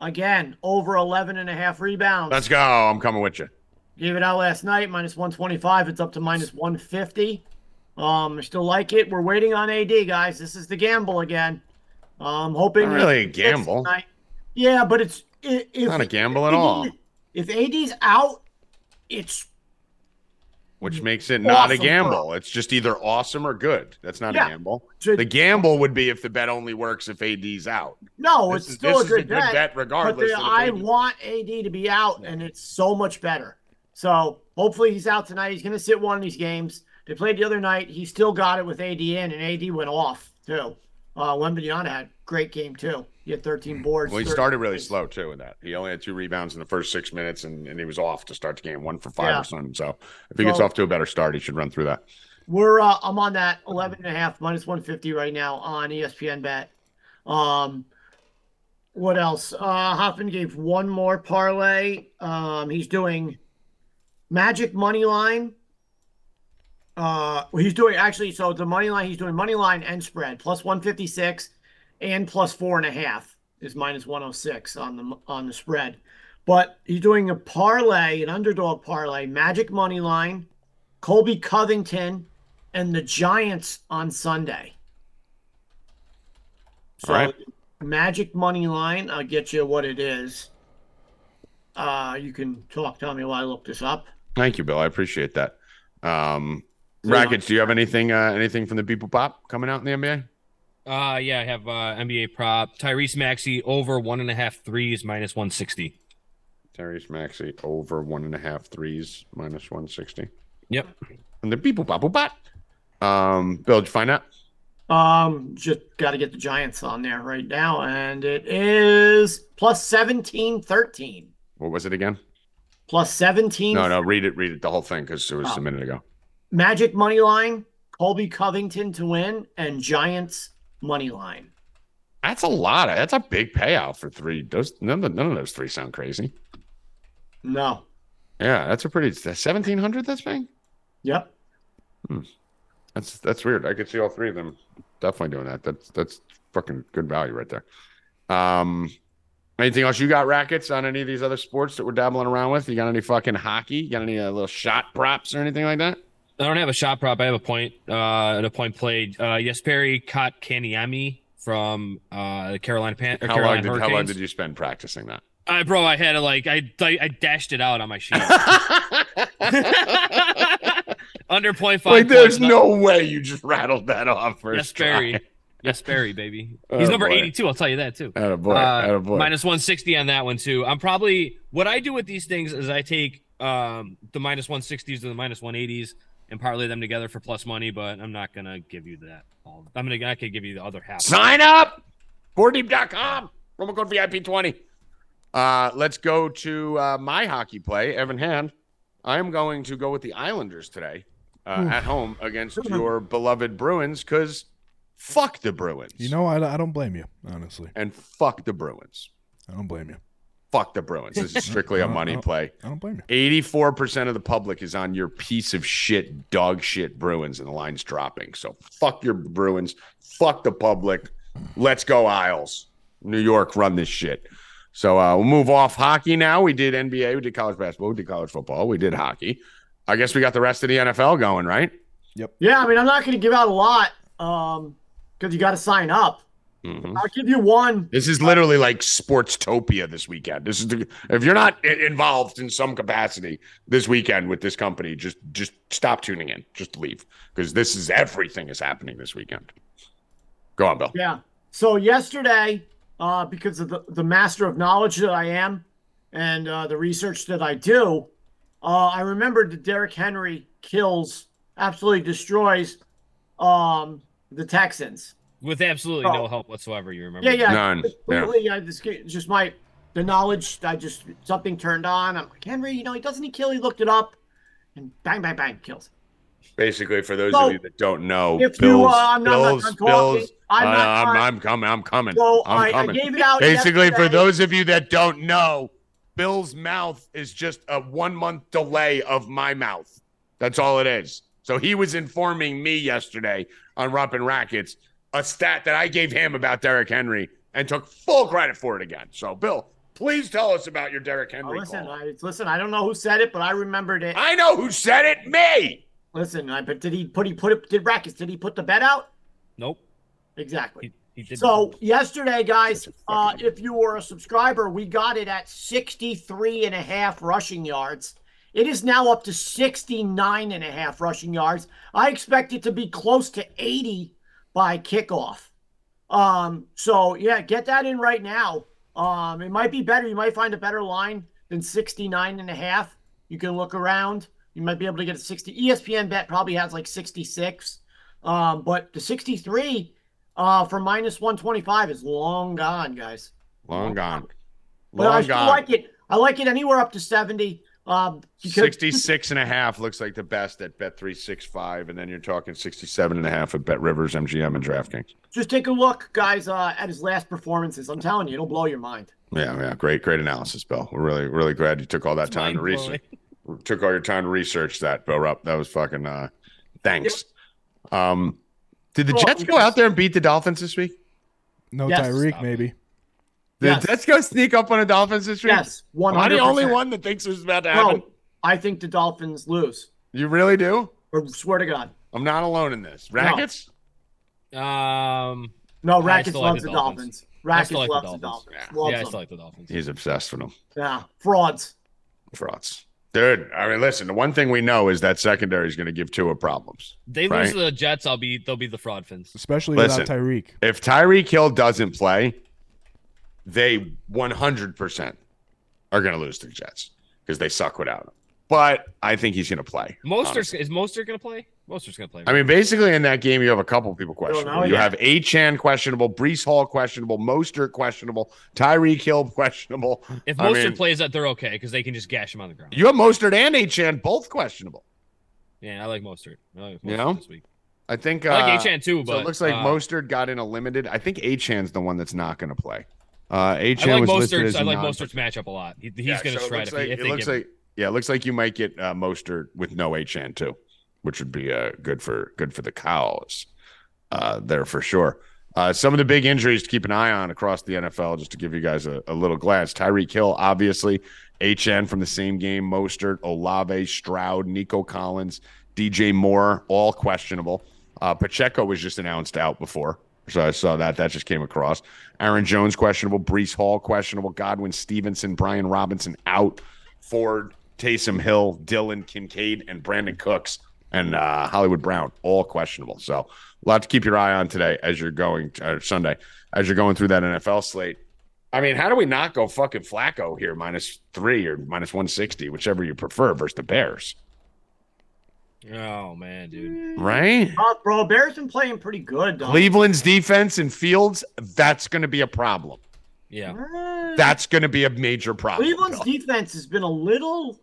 Speaker 3: again, over 11 and a half rebounds.
Speaker 2: Let's go. I'm coming with you.
Speaker 3: Gave it out last night, minus 125. It's up to minus 150. Um, I still like it. We're waiting on AD, guys. This is the gamble again. Um, hoping
Speaker 2: Not really a
Speaker 3: it hits
Speaker 2: gamble.
Speaker 3: tonight. Yeah, but it's i- if
Speaker 2: Not a gamble at all,
Speaker 3: If AD's out, it's
Speaker 2: which makes it not a
Speaker 3: Awesome.
Speaker 2: gamble. It's just either awesome or good. That's not
Speaker 3: Yeah.
Speaker 2: a gamble.
Speaker 3: ju-
Speaker 2: The gamble would be if the bet only works if AD's out. This
Speaker 3: no, Oh, it's
Speaker 2: is-
Speaker 3: still
Speaker 2: this
Speaker 3: a
Speaker 2: is
Speaker 3: good bet. but
Speaker 2: regardless.
Speaker 3: the,
Speaker 2: of if
Speaker 3: I
Speaker 2: AD
Speaker 3: want AD to be out, and it's so much better. So hopefully he's out tonight. He's going to sit one of these games. They played the other night. He still got it with AD in, and AD went off too. Uh, Wembenyana had a great game too. He had 13 boards.
Speaker 2: Mm. Well, he
Speaker 3: 13
Speaker 2: started really
Speaker 3: assists.
Speaker 2: slow too in that. He only had two rebounds in the first six minutes, and, and he was off to start the game, one for five
Speaker 3: Yeah.
Speaker 2: or something. So if he gets
Speaker 3: So-
Speaker 2: off to a better start, he should run through that.
Speaker 3: We're uh, I'm on that 11 and a half minus 150 right now on E ESPN bet. Um, what else? Uh, Hoffman gave one more parlay. Um, he's doing Magic money line. Uh, well, he's doing actually so the money line he's doing money line and spread plus 156 and plus four and a half is minus 106 on the on the spread. But he's doing a parlay, an underdog parlay, Magic money line. Colby Covington and the Giants on Sunday. So
Speaker 2: All right.
Speaker 3: Magic money line, I'll get you what it is. Uh, you can talk, Tommy, while I look this up.
Speaker 2: Thank you, Bill. I appreciate that. Um,
Speaker 3: Yeah.
Speaker 2: Rackets, do you have anything uh, anything from the People Pop coming out in the NBA?
Speaker 4: Uh, yeah, I have uh, NBA prop Tyrese Maxey over one and a half threes minus one sixty.
Speaker 2: Tyrese Maxey over one and a half threes minus one sixty.
Speaker 4: Yep.
Speaker 2: And the People Pop Pop. Um, Bill, did you find out?
Speaker 3: Um, just got to get the Giants on there right now, and it is plus 17 13.
Speaker 2: What was it again?
Speaker 3: Plus 17.
Speaker 2: No, no, read it, read it, the whole thing because it was a
Speaker 3: Oh.
Speaker 2: minute ago.
Speaker 3: Magic money line, Colby Covington to win, and Giants money line.
Speaker 2: That's a lot. Of, that's a big payout for three. Those none of, none of those three sound crazy.
Speaker 3: No.
Speaker 2: Yeah, that's a pretty seventeen hundred. That's big.
Speaker 3: Yep.
Speaker 2: That's that's weird. I could see all three of them definitely doing that. That's that's fucking good value right there. Um, anything else you got rackets on any of these other sports that we're dabbling around with? You got any fucking hockey? You got any uh, little shot props or anything like that?
Speaker 4: I don't have a shot prop. I have a point. Uh, and a point played. Uh, yes, Perry caught Kaniami from uh the Carolina Pan. Or
Speaker 2: How long
Speaker 4: Carolina
Speaker 2: did how
Speaker 4: Hurricanes.
Speaker 2: long did you spend practicing that?
Speaker 4: I bro, I had it like I, I I dashed it out on my sheet. Under point five.
Speaker 2: like, there's
Speaker 4: points.
Speaker 2: no way you just rattled that off first
Speaker 4: Yes,
Speaker 2: try.
Speaker 4: Barry. Yes, Barry, baby.
Speaker 2: Oh,
Speaker 4: He's number
Speaker 2: boy.
Speaker 4: 82. I'll tell you that too.
Speaker 2: Attaboy,
Speaker 4: Uh,
Speaker 2: attaboy.
Speaker 4: minus 160 on that one too. I'm probably what I do with these things is I take um, the minus 160s and the minus 180s and parlay them together for plus money, but I'm not gonna give you that. All. I'm gonna I could give you the other half.
Speaker 2: Sign up. Boarddeep.com. Promo code VIP20. Uh, let's go to uh, my hockey play, Evan Hand. I am going to go with the Islanders today uh, at home against your beloved Bruins because fuck the Bruins.
Speaker 1: You know, I, I don't blame you, honestly.
Speaker 2: and fuck the Bruins.
Speaker 1: I don't blame you.
Speaker 2: Fuck the Bruins. This is strictly a money play.
Speaker 1: I don't blame you.
Speaker 2: 84% of the public is on your piece of shit, dog shit Bruins, and the line's dropping. So fuck your Bruins. Fuck the public. Let's go, Isles. New York, run this shit. So uh, we'll move off hockey now. We did NBA, we did college basketball, we did college football, we did hockey. I guess we got the rest of the NFL going, right?
Speaker 3: Yeah, I mean, I'm not going to give out a lot um, because you got to sign up.
Speaker 2: Mhm.
Speaker 3: I'll give you one.
Speaker 2: This is literally like Sportstopia this weekend. This is the, if you're not i- involved in some capacity this weekend with this company, just just stop tuning in. Just leave because this is everything is happening this weekend. Go on, Bill.
Speaker 3: Yeah. So yesterday, uh, because of the, the master of knowledge that I am and uh, the research that I do, uh, I remembered that Derrick Henry kills, absolutely destroys um, the Texans.
Speaker 4: With absolutely no
Speaker 3: Oh.
Speaker 4: help whatsoever, you remember.
Speaker 3: Yeah, yeah.
Speaker 2: None. Yeah.
Speaker 3: Completely, I just get- just my the knowledge. I just something turned on. I'm like Henry. You know, he doesn't he kill? He looked it up, and bang, bang, bang, kills.
Speaker 2: Basically, for those
Speaker 3: So,
Speaker 2: of you that don't know, uh,
Speaker 3: if you, uh, I'm not- I'm not talking. I'm not
Speaker 2: I'm,
Speaker 3: trying-
Speaker 2: I'm coming. I'm coming.
Speaker 3: So
Speaker 2: I'm
Speaker 3: I, I
Speaker 2: coming.
Speaker 3: gave it out.
Speaker 2: Basically, for
Speaker 3: yesterday.
Speaker 2: those of you that don't know, Bill's mouth is just a one month delay of my mouth. That's all it is. So he was informing me yesterday on Rumpin' Rackets a stat that I gave him about Derrick Henry and took full credit for it again. So, Bill, Please tell us about your Derrick
Speaker 3: Now,
Speaker 2: Henry
Speaker 3: Oh, listen,
Speaker 2: call.
Speaker 3: I, listen. I don't know who said it, but I remembered it.
Speaker 2: I know who said it. Me.
Speaker 3: listen, I, but did he put he put it? Did Rackets? Did he put the bet out?
Speaker 4: Nope.
Speaker 3: Exactly.
Speaker 4: He, he did
Speaker 3: So yesterday, guys, uh, if you were a subscriber, we got it at 63 and a half rushing yards. It is now up to 69 and a half rushing yards. I expect it to be close to 80 by kickoff. Um, so yeah, get that in right now. Um, it might be better. You might find a better line than 69 and a half. You can look around. You might be able to get a E 60. ESPN bet probably has like 66. Um, but the 63 uh, for minus 125 is long gone, guys.
Speaker 2: Long gone.
Speaker 3: But I
Speaker 2: Long
Speaker 3: still
Speaker 2: gone.
Speaker 3: like it. I like it anywhere up to 70. Um, because
Speaker 2: 66 and a half looks like the best at bet 365 and then you're talking 67 and a half at bet rivers mgm and draftkings
Speaker 3: Just take a look, guys, uh, at his last performances. I'm telling you, it'll blow your mind.
Speaker 2: yeah yeah great great analysis bill we're really really glad you took all that time to research took all your time to research that bill Rupp. that was fucking uh thanks um did the
Speaker 3: Well,
Speaker 2: jets go out there and beat the dolphins this week
Speaker 1: No
Speaker 3: Yes.
Speaker 1: Tyreek,
Speaker 4: Stop
Speaker 1: maybe.
Speaker 2: did
Speaker 3: Yes.
Speaker 2: the jets go sneak up on the dolphins this week
Speaker 3: Yes, 100%.
Speaker 2: am i the only one that thinks this is about to happen
Speaker 3: No, I think the Dolphins lose.
Speaker 2: you really do
Speaker 3: Or swear to God.
Speaker 2: i'm not alone in this rackets
Speaker 4: Um,
Speaker 3: No,
Speaker 4: I
Speaker 3: Rackets
Speaker 4: still like
Speaker 3: loves
Speaker 4: the
Speaker 3: the
Speaker 4: Dolphins.
Speaker 3: Dolphins.
Speaker 4: I
Speaker 3: Rackets
Speaker 4: still like the
Speaker 3: loves the
Speaker 4: Dolphins.
Speaker 3: Dolphins.
Speaker 2: Yeah.
Speaker 3: Loves
Speaker 4: yeah, I
Speaker 3: them.
Speaker 4: still like the Dolphins.
Speaker 2: he's obsessed with them
Speaker 3: Yeah, frauds.
Speaker 2: frauds. Dude, I mean, listen, the one thing we know is that secondary is going to give Tua problems.
Speaker 4: They
Speaker 2: Right.
Speaker 4: lose to the Jets. I'll be. They'll be the fraud fins.
Speaker 1: Especially without
Speaker 2: Listen.
Speaker 1: Tyreek.
Speaker 2: If Tyreek Hill doesn't play, they 100% are going to lose to the Jets because they suck without him. But I think he's going to play.
Speaker 4: Moster's
Speaker 2: honestly.
Speaker 4: is Mostert gonna play? Moster's gonna play.
Speaker 2: I mean, basically, in that game, you have a couple people
Speaker 3: don't know
Speaker 2: questionable. You
Speaker 3: yet.
Speaker 2: have Achan questionable, Brees Hall questionable, Mostert questionable, Tyreek Hill questionable.
Speaker 4: if
Speaker 2: I
Speaker 4: Mostert
Speaker 2: mean-
Speaker 4: plays that, they're okay because they can just gash him on the ground.
Speaker 2: You have Mostert and Achan both questionable.
Speaker 4: yeah, I like Mostert. I like Mostert
Speaker 2: You know?
Speaker 4: this week.
Speaker 2: I think.
Speaker 4: I
Speaker 2: uh,
Speaker 4: like Achan too, but
Speaker 2: so it looks like
Speaker 4: uh,
Speaker 2: Mostert got in a limited. I think Achan's the one that's not going to play. Uh,
Speaker 4: I
Speaker 2: Achan
Speaker 4: like
Speaker 2: was listed
Speaker 4: Mostert's.
Speaker 2: as
Speaker 4: I like
Speaker 2: non-
Speaker 4: Mostert's matchup a lot. He, he's
Speaker 2: Yeah,
Speaker 4: gonna
Speaker 2: so it
Speaker 4: shred
Speaker 2: looks
Speaker 4: if,
Speaker 2: like,
Speaker 4: he- if
Speaker 2: it
Speaker 4: they
Speaker 2: looks
Speaker 4: give him-
Speaker 2: like yeah, it looks like you might get uh, Mostert with no Achan too, which would be uh, good for good for the cows uh, there for sure. Uh, some of the big injuries to keep an eye on across the NFL, just to give you guys a, a little glance. Tyreek Hill, obviously, HN from the same game, Mostert, Olave, Stroud, Nico Collins, DJ Moore, all questionable. Uh, Pacheco was just announced out before. So I saw that. That just came across. Aaron Jones, questionable. Brees Hall, questionable. Godwin Stevenson, Brian Robinson out. Ford, Taysom Hill, Dylan Kincaid, and Brandon Cooks and uh, Hollywood Brown, all questionable. So a lot to keep your eye on today as you're going uh, Sunday as you're going through that NFL slate. I mean, how do we not go fucking Flacco here, minus three or minus one sixty, whichever you prefer, versus the Bears,
Speaker 4: Oh
Speaker 2: Mm-hmm.
Speaker 4: man, dude.
Speaker 2: right?
Speaker 3: Uh, bro, Bears been playing pretty good, though.
Speaker 2: Cleveland's defense and Fields, that's going to be a problem.
Speaker 4: Yeah.
Speaker 3: Eh,
Speaker 2: That's going to be a major problem.
Speaker 3: Cleveland's
Speaker 2: Bill.
Speaker 3: defense has been a little,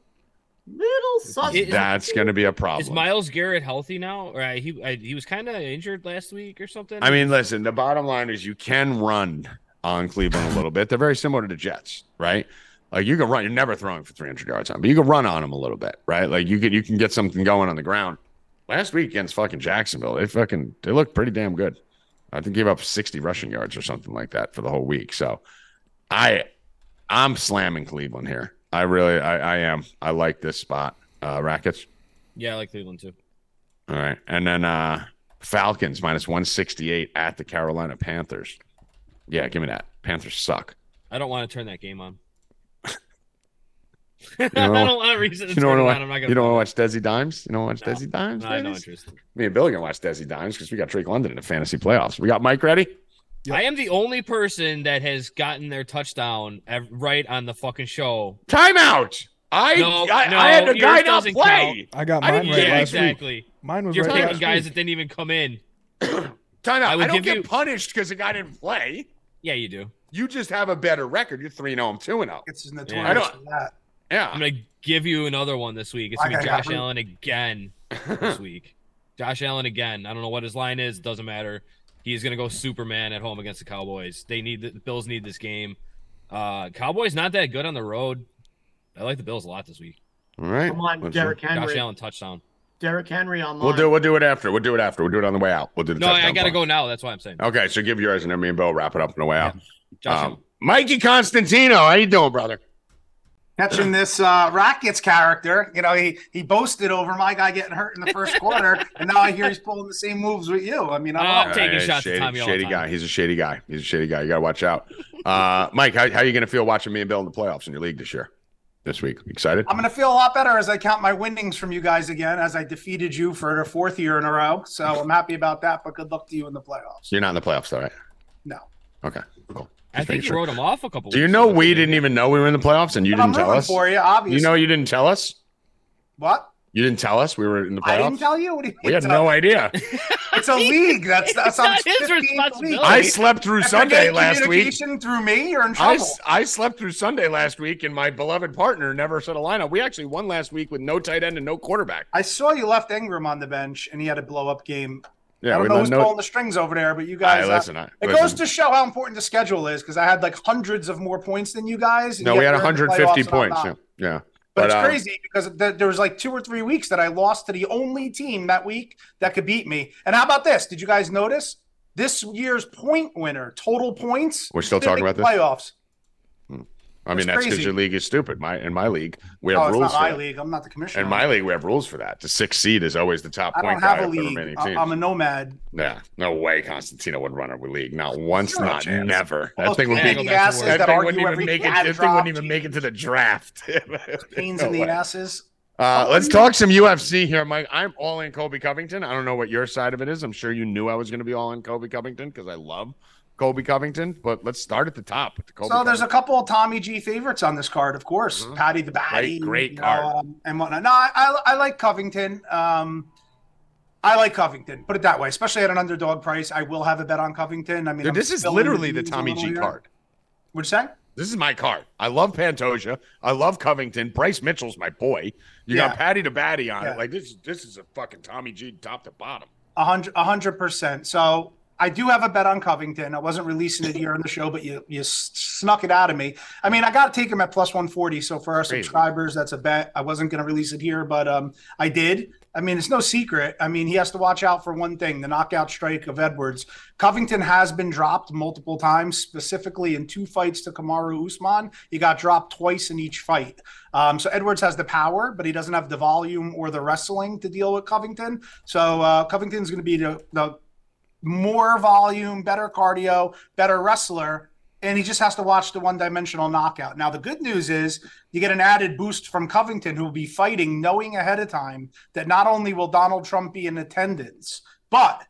Speaker 3: little suspect.
Speaker 4: It-
Speaker 2: that's going to be a
Speaker 4: Is
Speaker 2: problem.
Speaker 4: Miles Garrett healthy now? Or I, he I, he was kind of injured last week or something.
Speaker 2: I mean, listen, the bottom line is you can run on Cleveland a little bit. They're very similar to the Jets, right? Like you can run, you're never throwing for 300 yards on, but you can run on them a little bit, right? Like you can you can get something going on the ground. Last week against fucking Jacksonville, they fucking they looked pretty damn good. I think gave up 60 rushing yards or something like that for the whole week. So I I'm slamming Cleveland here. I really I, I am. I like this spot. Uh Rackets.
Speaker 4: yeah, I like Cleveland too.
Speaker 2: All right. And then uh Falcons minus 168 at the Carolina Panthers. Yeah, give me that. Panthers suck.
Speaker 4: I don't want to turn that game on. I
Speaker 2: know-
Speaker 4: don't want a reason to
Speaker 2: You don't
Speaker 4: turn
Speaker 2: want
Speaker 4: it
Speaker 2: to
Speaker 4: on. I'm not
Speaker 2: watch,
Speaker 4: gonna.
Speaker 2: you don't
Speaker 4: play
Speaker 2: wanna
Speaker 4: it.
Speaker 2: watch Desi Dimes? You don't watch
Speaker 4: No.
Speaker 2: Desi Dimes?
Speaker 4: No, I have no
Speaker 2: ladies?
Speaker 4: interest.
Speaker 2: Me and Billy gonna watch Desi Dimes because we got Drake London in the fantasy playoffs. We got Mike ready?
Speaker 1: Yep.
Speaker 4: I am the only person that has gotten their touchdown ev- right on the fucking show.
Speaker 2: Timeout. I
Speaker 4: No,
Speaker 2: I,
Speaker 4: no,
Speaker 2: I had the
Speaker 4: yours
Speaker 2: guy not
Speaker 4: doesn't
Speaker 2: play.
Speaker 1: I got
Speaker 2: I
Speaker 1: mine
Speaker 2: didn't-
Speaker 1: right
Speaker 2: yeah,
Speaker 1: last week.
Speaker 4: exactly.
Speaker 1: Mine was
Speaker 4: You're
Speaker 1: right
Speaker 4: picking
Speaker 1: last week.
Speaker 4: guys that didn't even come in.
Speaker 2: Timeout.
Speaker 4: I
Speaker 2: I,
Speaker 4: would
Speaker 2: don't
Speaker 4: give
Speaker 2: get
Speaker 4: you-
Speaker 2: punished because the guy didn't play.
Speaker 4: Yeah, you do.
Speaker 2: You just have a better record. You're 3 0 and 2 0.
Speaker 6: It's in the
Speaker 4: Yeah. I
Speaker 6: yeah.
Speaker 2: don't-
Speaker 6: that.
Speaker 4: I'm
Speaker 2: Yeah.
Speaker 4: gonna give you another one this week. It's
Speaker 6: I
Speaker 4: gonna be
Speaker 6: got
Speaker 4: Josh
Speaker 6: one.
Speaker 4: Allen again this week. Josh Allen again. I don't know what his line is. Doesn't matter. He is gonna go Superman at home against the Cowboys. They need the Bills need this game. Uh, Cowboys not that good on the road. I like the Bills a lot this week.
Speaker 2: All right.
Speaker 3: Come on,
Speaker 2: Let's
Speaker 3: Derrick
Speaker 4: Josh
Speaker 3: Henry.
Speaker 4: Allen touchdown.
Speaker 3: Derrick Henry on
Speaker 2: We'll do. We'll do it after. We'll do it after. We'll do it on the way out. We'll do the.
Speaker 4: No, I, I
Speaker 2: touchdown Oh,
Speaker 4: gotta
Speaker 2: call.
Speaker 4: go now. That's why I'm saying.
Speaker 2: Okay, so give yours, and then me and Bill wrap it up on the way out.
Speaker 4: Josh
Speaker 2: Um,
Speaker 4: Allen.
Speaker 2: Mikey Constantino, how you doing, brother?
Speaker 6: catching this uh, Rockets character. You know, he he boasted over my guy getting hurt in the first quarter, and now I hear he's pulling the same moves with you. I mean, Oh, I'm
Speaker 4: Uh,
Speaker 6: up.
Speaker 4: I'm taking
Speaker 2: Yeah,
Speaker 4: shots
Speaker 2: shady,
Speaker 4: at Tommy all the
Speaker 2: Shady
Speaker 4: time.
Speaker 2: guy. He's a shady guy. He's a shady guy. You got to watch out. Uh, Mike, how, how you going to feel watching me and Bill in the playoffs in your league this year? This week, excited?
Speaker 6: I'm going to feel a lot better as I count my winnings from you guys again, as I defeated you for the fourth year in a row. So I'm happy about that. But good luck to you in the playoffs.
Speaker 2: You're not in the playoffs, though, right?
Speaker 6: No.
Speaker 2: Okay, cool.
Speaker 4: I
Speaker 2: Just
Speaker 4: think
Speaker 2: making
Speaker 4: you
Speaker 2: sure.
Speaker 4: wrote him off a couple.
Speaker 2: Do you
Speaker 4: weeks
Speaker 2: know
Speaker 4: ago,
Speaker 2: we
Speaker 4: didn't
Speaker 2: didn't
Speaker 4: you?
Speaker 2: even know we were in the playoffs, and you
Speaker 6: I'm
Speaker 2: didn't tell
Speaker 6: rooting
Speaker 2: us?
Speaker 6: for you, obviously.
Speaker 2: You know you didn't tell us.
Speaker 6: what?
Speaker 2: You didn't tell us we were in the
Speaker 6: I didn't
Speaker 2: playoffs.
Speaker 6: tell you. What do you
Speaker 2: We
Speaker 6: mean?
Speaker 2: had no idea.
Speaker 6: It's a league. That's that's
Speaker 4: It's
Speaker 6: I'm
Speaker 4: not his
Speaker 6: 15th league.
Speaker 4: responsibility.
Speaker 2: I slept through
Speaker 6: If you're
Speaker 2: Sunday
Speaker 6: getting
Speaker 2: last week.
Speaker 6: communication through me, you're in
Speaker 2: I,
Speaker 6: trouble.
Speaker 2: s- I slept through Sunday last week, and my beloved partner never set a lineup. We actually won last week with no tight end and no quarterback.
Speaker 6: I saw you left Ingram on the bench, and he had a blow up game.
Speaker 2: Yeah,
Speaker 6: I
Speaker 2: we
Speaker 6: don't know who's
Speaker 2: no.
Speaker 6: pulling the strings over there, but you guys.
Speaker 2: Hey,
Speaker 6: uh,
Speaker 2: listen, I-
Speaker 6: it
Speaker 2: listen.
Speaker 6: goes to show how important the schedule is because I had like hundreds of more points than you guys. and
Speaker 2: no,
Speaker 6: yet
Speaker 2: we had
Speaker 6: you're in the
Speaker 2: 150
Speaker 6: playoffs and I'm
Speaker 2: points.
Speaker 6: not.
Speaker 2: Yeah, yeah.
Speaker 6: But, it's
Speaker 2: uh,
Speaker 6: crazy because th- there was like two or three weeks that I lost to the only team that week that could beat me. And how about this? Did you guys notice this year's point winner, total points?
Speaker 2: We're still
Speaker 6: didn't
Speaker 2: talking
Speaker 6: make
Speaker 2: about this?
Speaker 6: playoffs.
Speaker 2: I mean,
Speaker 6: It's
Speaker 2: that's because
Speaker 6: crazy.
Speaker 2: your league is stupid. My in my league, we
Speaker 6: Oh,
Speaker 2: have
Speaker 6: it's
Speaker 2: rules.
Speaker 6: not
Speaker 2: for
Speaker 6: my
Speaker 2: that.
Speaker 6: league. I'm not the commissioner.
Speaker 2: In my league, we have rules for that. The sixth seed is always the top
Speaker 6: I
Speaker 2: point
Speaker 6: don't have
Speaker 2: guy
Speaker 6: a
Speaker 2: of the
Speaker 6: league.
Speaker 2: remaining
Speaker 6: I-
Speaker 2: team.
Speaker 6: I'm a nomad.
Speaker 2: yeah, no way Constantino would run a league. Not once,
Speaker 6: Zero
Speaker 2: not
Speaker 6: chance.
Speaker 2: never. That
Speaker 6: All
Speaker 2: thing would
Speaker 4: Tangled
Speaker 2: be.
Speaker 4: back
Speaker 6: pain in the
Speaker 4: to
Speaker 6: asses
Speaker 4: work.
Speaker 2: That,
Speaker 6: that
Speaker 2: thing
Speaker 6: argue
Speaker 2: wouldn't even
Speaker 6: every
Speaker 2: make it.
Speaker 6: ad
Speaker 2: That thing
Speaker 6: drop.
Speaker 2: wouldn't even make it to the draft.
Speaker 6: Pains
Speaker 2: No
Speaker 6: in the
Speaker 2: way.
Speaker 6: asses.
Speaker 2: Uh,
Speaker 6: Oh,
Speaker 2: let's
Speaker 6: you-
Speaker 2: talk some UFC here, Mike. I'm all in Kobe Covington. I don't know what your side of it is. I'm sure you knew I was going to be all in Kobe Covington because I love Kobe Covington. But let's start at the top. With the Kobe
Speaker 6: so there's a
Speaker 2: Covington.
Speaker 6: couple of Tommy G favorites on this card, of course.
Speaker 2: Mhm.
Speaker 6: Patty the Batty,
Speaker 2: great
Speaker 6: you know,
Speaker 2: card.
Speaker 6: um, and whatnot. No, I, I, I like Covington. Um, I like Covington. Put it that way, especially at an underdog price. I will have a bet on Covington. I mean,
Speaker 2: Dude,
Speaker 6: I'm
Speaker 2: this is
Speaker 6: filling
Speaker 2: literally the
Speaker 6: news a
Speaker 2: Tommy
Speaker 6: little
Speaker 2: G
Speaker 6: here.
Speaker 2: card.
Speaker 6: What'd you say?
Speaker 2: This is my card. I love Pantoja. I love Covington. Bryce Mitchell's my boy. You got
Speaker 6: Yeah.
Speaker 2: Patty to Batty on
Speaker 6: Yeah.
Speaker 2: it. Like this. This is a fucking Tommy G top to bottom.
Speaker 6: A hundred, a hundred percent. So I do have a bet on Covington. I wasn't releasing it here on the show, but you you s- snuck it out of me. I mean, I got to take him at plus one forty. So for our
Speaker 2: Crazy.
Speaker 6: subscribers, that's a bet. I wasn't going to release it here, but um, I did. I mean, it's no secret. I mean, he has to watch out for one thing: the knockout strike of Edwards. Covington has been dropped multiple times, specifically in two fights to Kamaru Usman. He got dropped twice in each fight. Um, so Edwards has the power, but he doesn't have the volume or the wrestling to deal with Covington. So uh, Covington's going to be the, the more volume, better cardio, better wrestler, and he just has to watch the one-dimensional knockout. Now the good news is you get an added boost from Covington, who will be fighting, knowing ahead of time that not only will Donald Trump be in attendance, but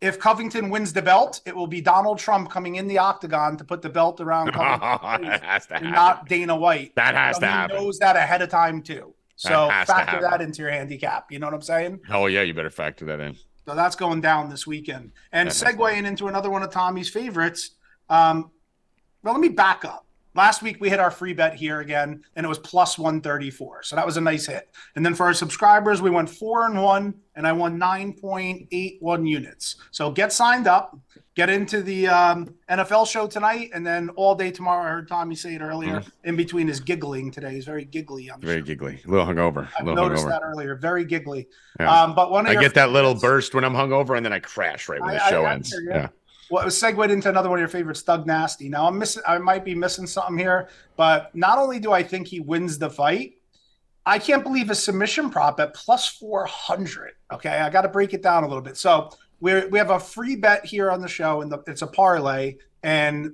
Speaker 6: if Covington wins the belt, it will be Donald Trump coming in the octagon to put the belt around Covington,
Speaker 2: that has to happen.
Speaker 6: and not Dana White.
Speaker 2: that has
Speaker 6: So
Speaker 2: to
Speaker 6: he
Speaker 2: happen.
Speaker 6: knows that ahead of time too. So
Speaker 2: has to
Speaker 6: factor
Speaker 2: happen.
Speaker 6: that into your handicap. You know what I'm saying?
Speaker 2: Oh yeah, you better factor that in.
Speaker 6: So that's going down this weekend. And
Speaker 2: That has to
Speaker 6: segueing into another one of Tommy's favorites. Um, well, let me back up. Last week we hit our free bet here again, and it was plus 134. So that was a nice hit. And then for our subscribers, we went four and one, and I won 9.81 units. So get signed up, get into the um, NFL show tonight, and then all day tomorrow. I heard Tommy say it earlier. In between is giggling today. He's very giggly on the
Speaker 2: Mm-hmm. Very
Speaker 6: show.
Speaker 2: giggly. A little hungover. A
Speaker 6: I've
Speaker 2: little
Speaker 6: noticed
Speaker 2: hungover.
Speaker 6: that earlier. Very giggly.
Speaker 2: Yeah.
Speaker 6: Um, but one of
Speaker 2: I
Speaker 6: your
Speaker 2: get that little
Speaker 6: favorites-
Speaker 2: burst when I'm hungover, and then I crash right when
Speaker 6: I-
Speaker 2: the
Speaker 6: I-
Speaker 2: show
Speaker 6: I
Speaker 2: ends.
Speaker 6: hear you.
Speaker 2: Yeah.
Speaker 6: Well, it was segued into another one of your favorites, Thug Nasty. Now I'm missing. I might be missing something here, but not only do I think he wins the fight, I can't believe his submission prop at plus four hundred. Okay, I got to break it down a little bit. So we we have a free bet here on the show, and the, it's a parlay, and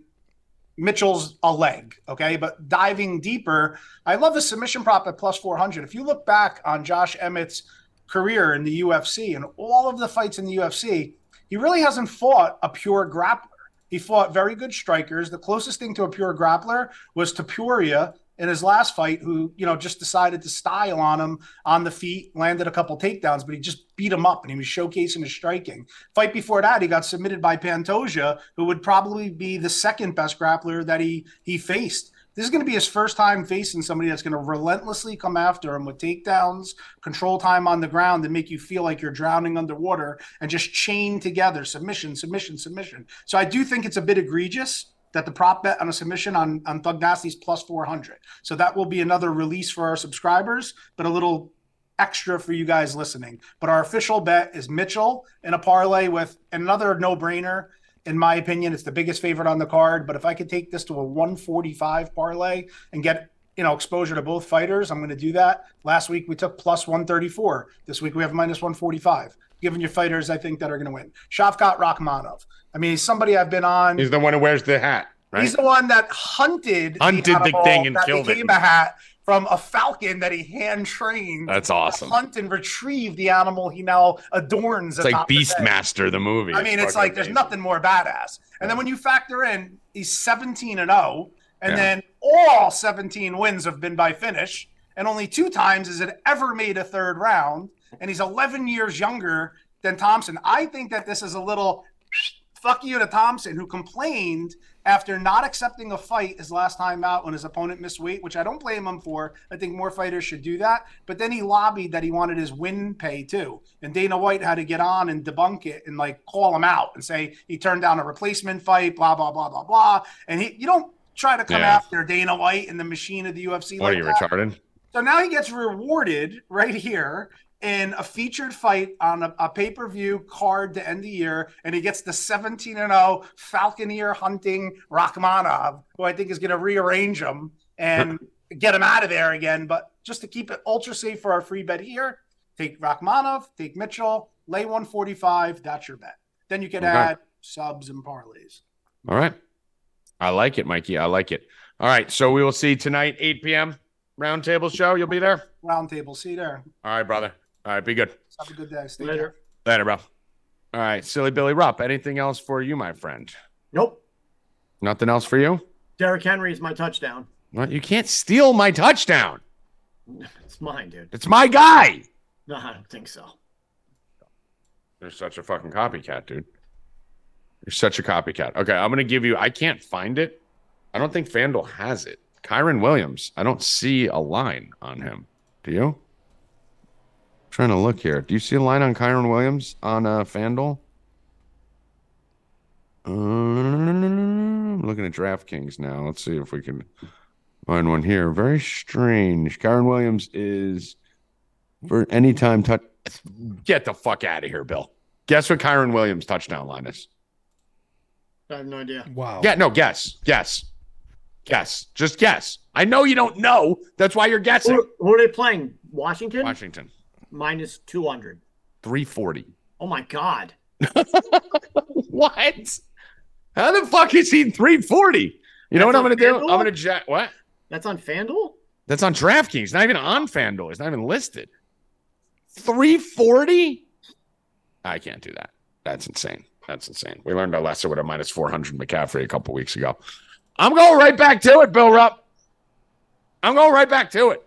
Speaker 6: Mitchell's a leg. Okay, but diving deeper, I love the submission prop at plus four hundred. If you look back on Josh Emmett's career in the UFC and all of the fights in the UFC, he really hasn't fought a pure grappler. He fought very good strikers. The closest thing to a pure grappler was Tapuria in his last fight, who you know just decided to style on him on the feet, landed a couple takedowns, but he just beat him up and he was showcasing his striking. Fight before that, he got submitted by Pantoja, who would probably be the second best grappler that he he faced. This is going to be his first time facing somebody that's going to relentlessly come after him with takedowns, control time on the ground, and make you feel like you're drowning underwater and just chain together submission, submission, submission. So I do think it's a bit egregious that the prop bet on a submission on, on Thug Nasty's plus 400. So that will be another release for our subscribers, but a little extra for you guys listening. But our official bet is Mitchell in a parlay with another no brainer. in my opinion, it's the biggest favorite on the card. But if I could take this to a 145 parlay and get you know exposure to both fighters, I'm going to do that. Last week we took plus 134. This week we have minus 145. Given your fighters, I think that are going to win. Shavkat Rachmanov. I mean, he's somebody I've been on.
Speaker 2: He's the one who wears the hat, right?
Speaker 6: He's the one that hunted
Speaker 2: Hunted the
Speaker 6: animal
Speaker 2: thing and
Speaker 6: that
Speaker 2: killed it.
Speaker 6: became a hat from a falcon that he hand trained.
Speaker 2: That's awesome.
Speaker 6: Hunt and retrieve the animal he now adorns.
Speaker 2: It's like
Speaker 6: atop his head.
Speaker 2: Beastmaster, the movie.
Speaker 6: I mean, it's
Speaker 2: fucking
Speaker 6: like there's
Speaker 2: amazing.
Speaker 6: nothing more badass. And then when you factor in he's 17 and 0, and
Speaker 2: Yeah.
Speaker 6: then all 17 wins have been by finish, and only two times has it ever made a third round, and he's 11 years younger than Thompson. I think that this is a little fuck you to Thompson, who complained after not accepting a fight his last time out when his opponent missed weight, which I don't blame him for. I think more fighters should do that. But then he lobbied that he wanted his win pay too. And Dana White had to get on and debunk it and like call him out and say he turned down a replacement fight, blah, blah, blah, blah, blah. And he, you don't try to come
Speaker 2: Yeah.
Speaker 6: after Dana White and the machine of the UFC.
Speaker 2: What
Speaker 6: like
Speaker 2: are you
Speaker 6: that.
Speaker 2: retarded?
Speaker 6: So now he gets rewarded right here in a featured fight on a, a pay-per-view card to end the year, and he gets the 17 and 0 Falconeer hunting Rachmanov, who I think is going to rearrange him and get him out of there again. But just to keep it ultra safe for our free bet here, take Rachmanov, take Mitchell, lay 145. That's your bet. Then you can
Speaker 2: Okay.
Speaker 6: add subs and parlays.
Speaker 2: All right. I like it, Mikey. I like it. All right. So we will see tonight, 8 p.m. Roundtable show. You'll be there.
Speaker 6: Roundtable, see you there.
Speaker 2: All right, brother. All right. Be good.
Speaker 6: Have a good day. Stay
Speaker 3: Later.
Speaker 6: Later.
Speaker 2: Later, bro. All right. Silly Billy Rupp. Anything else for you, my friend?
Speaker 3: Nope.
Speaker 2: Nothing else for you?
Speaker 3: Derrick Henry is my touchdown.
Speaker 2: Well, you can't steal my touchdown.
Speaker 3: It's mine, dude.
Speaker 2: It's my guy.
Speaker 3: No, I don't think so.
Speaker 2: You're such a fucking copycat, dude. You're such a copycat. Okay, I'm gonna give you. I can't find it. I don't think Fanduel has it. Kyron Williams. I don't see a line on him. Do you? trying to look here. Do you see a line on Kyron Williams on uh, Fanduel? Uh, I'm looking at DraftKings now. Let's see if we can find one here. Very strange. Kyron Williams is for anytime touch. Get the fuck out of here, Bill. Guess what Kyron Williams touchdown line is?
Speaker 3: I have no idea.
Speaker 1: Wow.
Speaker 2: Yeah, no, guess, guess, guess. Just guess. I know you don't know. That's why you're guessing.
Speaker 3: Who, who are they playing? Washington?
Speaker 2: Washington,
Speaker 3: Minus 200.
Speaker 2: three forty.
Speaker 3: Oh, my God.
Speaker 2: What? How the fuck is he three forty? You know what
Speaker 3: That's
Speaker 2: I'm gonna
Speaker 3: on
Speaker 2: do?
Speaker 3: FanDuel?
Speaker 2: I'm gonna jack. What?
Speaker 3: That's on FanDuel?
Speaker 2: That's on DraftKings. It's Not even on FanDuel. It's not even listed. 340? I can't do that. That's insane. That's insane. We learned our lesson with a minus 400 McCaffrey a couple weeks ago. I'm going right back to it, Bill Rupp. I'm going right back to it.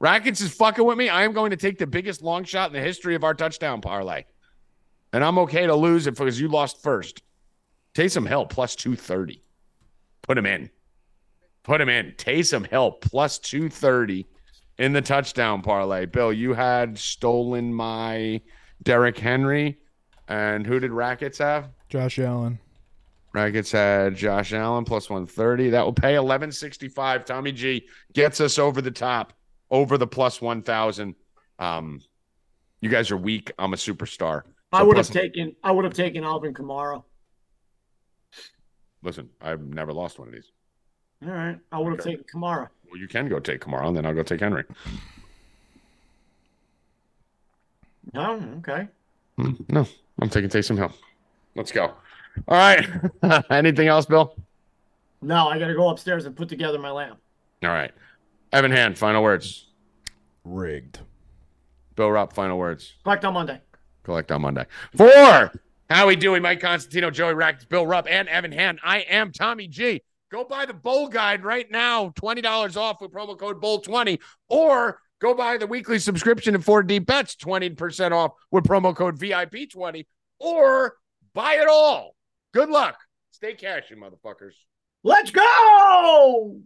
Speaker 2: Rackets is fucking with me. I am going to take the biggest long shot in the history of our touchdown parlay. And I'm okay to lose it because you lost first. Taysom Hill plus 230. Put him in. Put him in. Taysom Hill plus 230 in the touchdown parlay. Bill, you had stolen my Derrick Henry. And who did Rackets have?
Speaker 1: Josh Allen.
Speaker 2: Rackets had Josh Allen plus 130. That will pay 1165. Tommy G gets us over the top, over the plus 1,000. Um, you guys are weak. I'm a superstar.
Speaker 3: I
Speaker 2: So
Speaker 3: would
Speaker 2: plus-
Speaker 3: have taken I would have taken Alvin Kamara. All
Speaker 2: Listen, I've never lost one of these.
Speaker 3: right. I would have
Speaker 2: Okay.
Speaker 3: taken Kamara.
Speaker 2: Well, you can go take Kamara, and then I'll go take Henry.
Speaker 3: Oh, okay.
Speaker 2: Hmm, No, I'm taking Taysom Hill. Let's go. All right. Anything else, Bill?
Speaker 3: No, I got to go upstairs and put together my lamp.
Speaker 2: All right. Evan Hand, final words.
Speaker 1: Rigged.
Speaker 2: Bill Rupp, final words.
Speaker 3: Collect on Monday.
Speaker 2: Collect on Monday. Four. How we doing, Mike Constantino, Joey Rackets, Bill Rupp, and Evan Hand. I am Tommy G. Go buy the bowl guide right now, $20 off with promo code BOWL20, or go buy the weekly subscription and 4D bets, 20% off with promo code VIP20, or buy it all. Good luck. Stay cashing, motherfuckers.
Speaker 3: Let's go!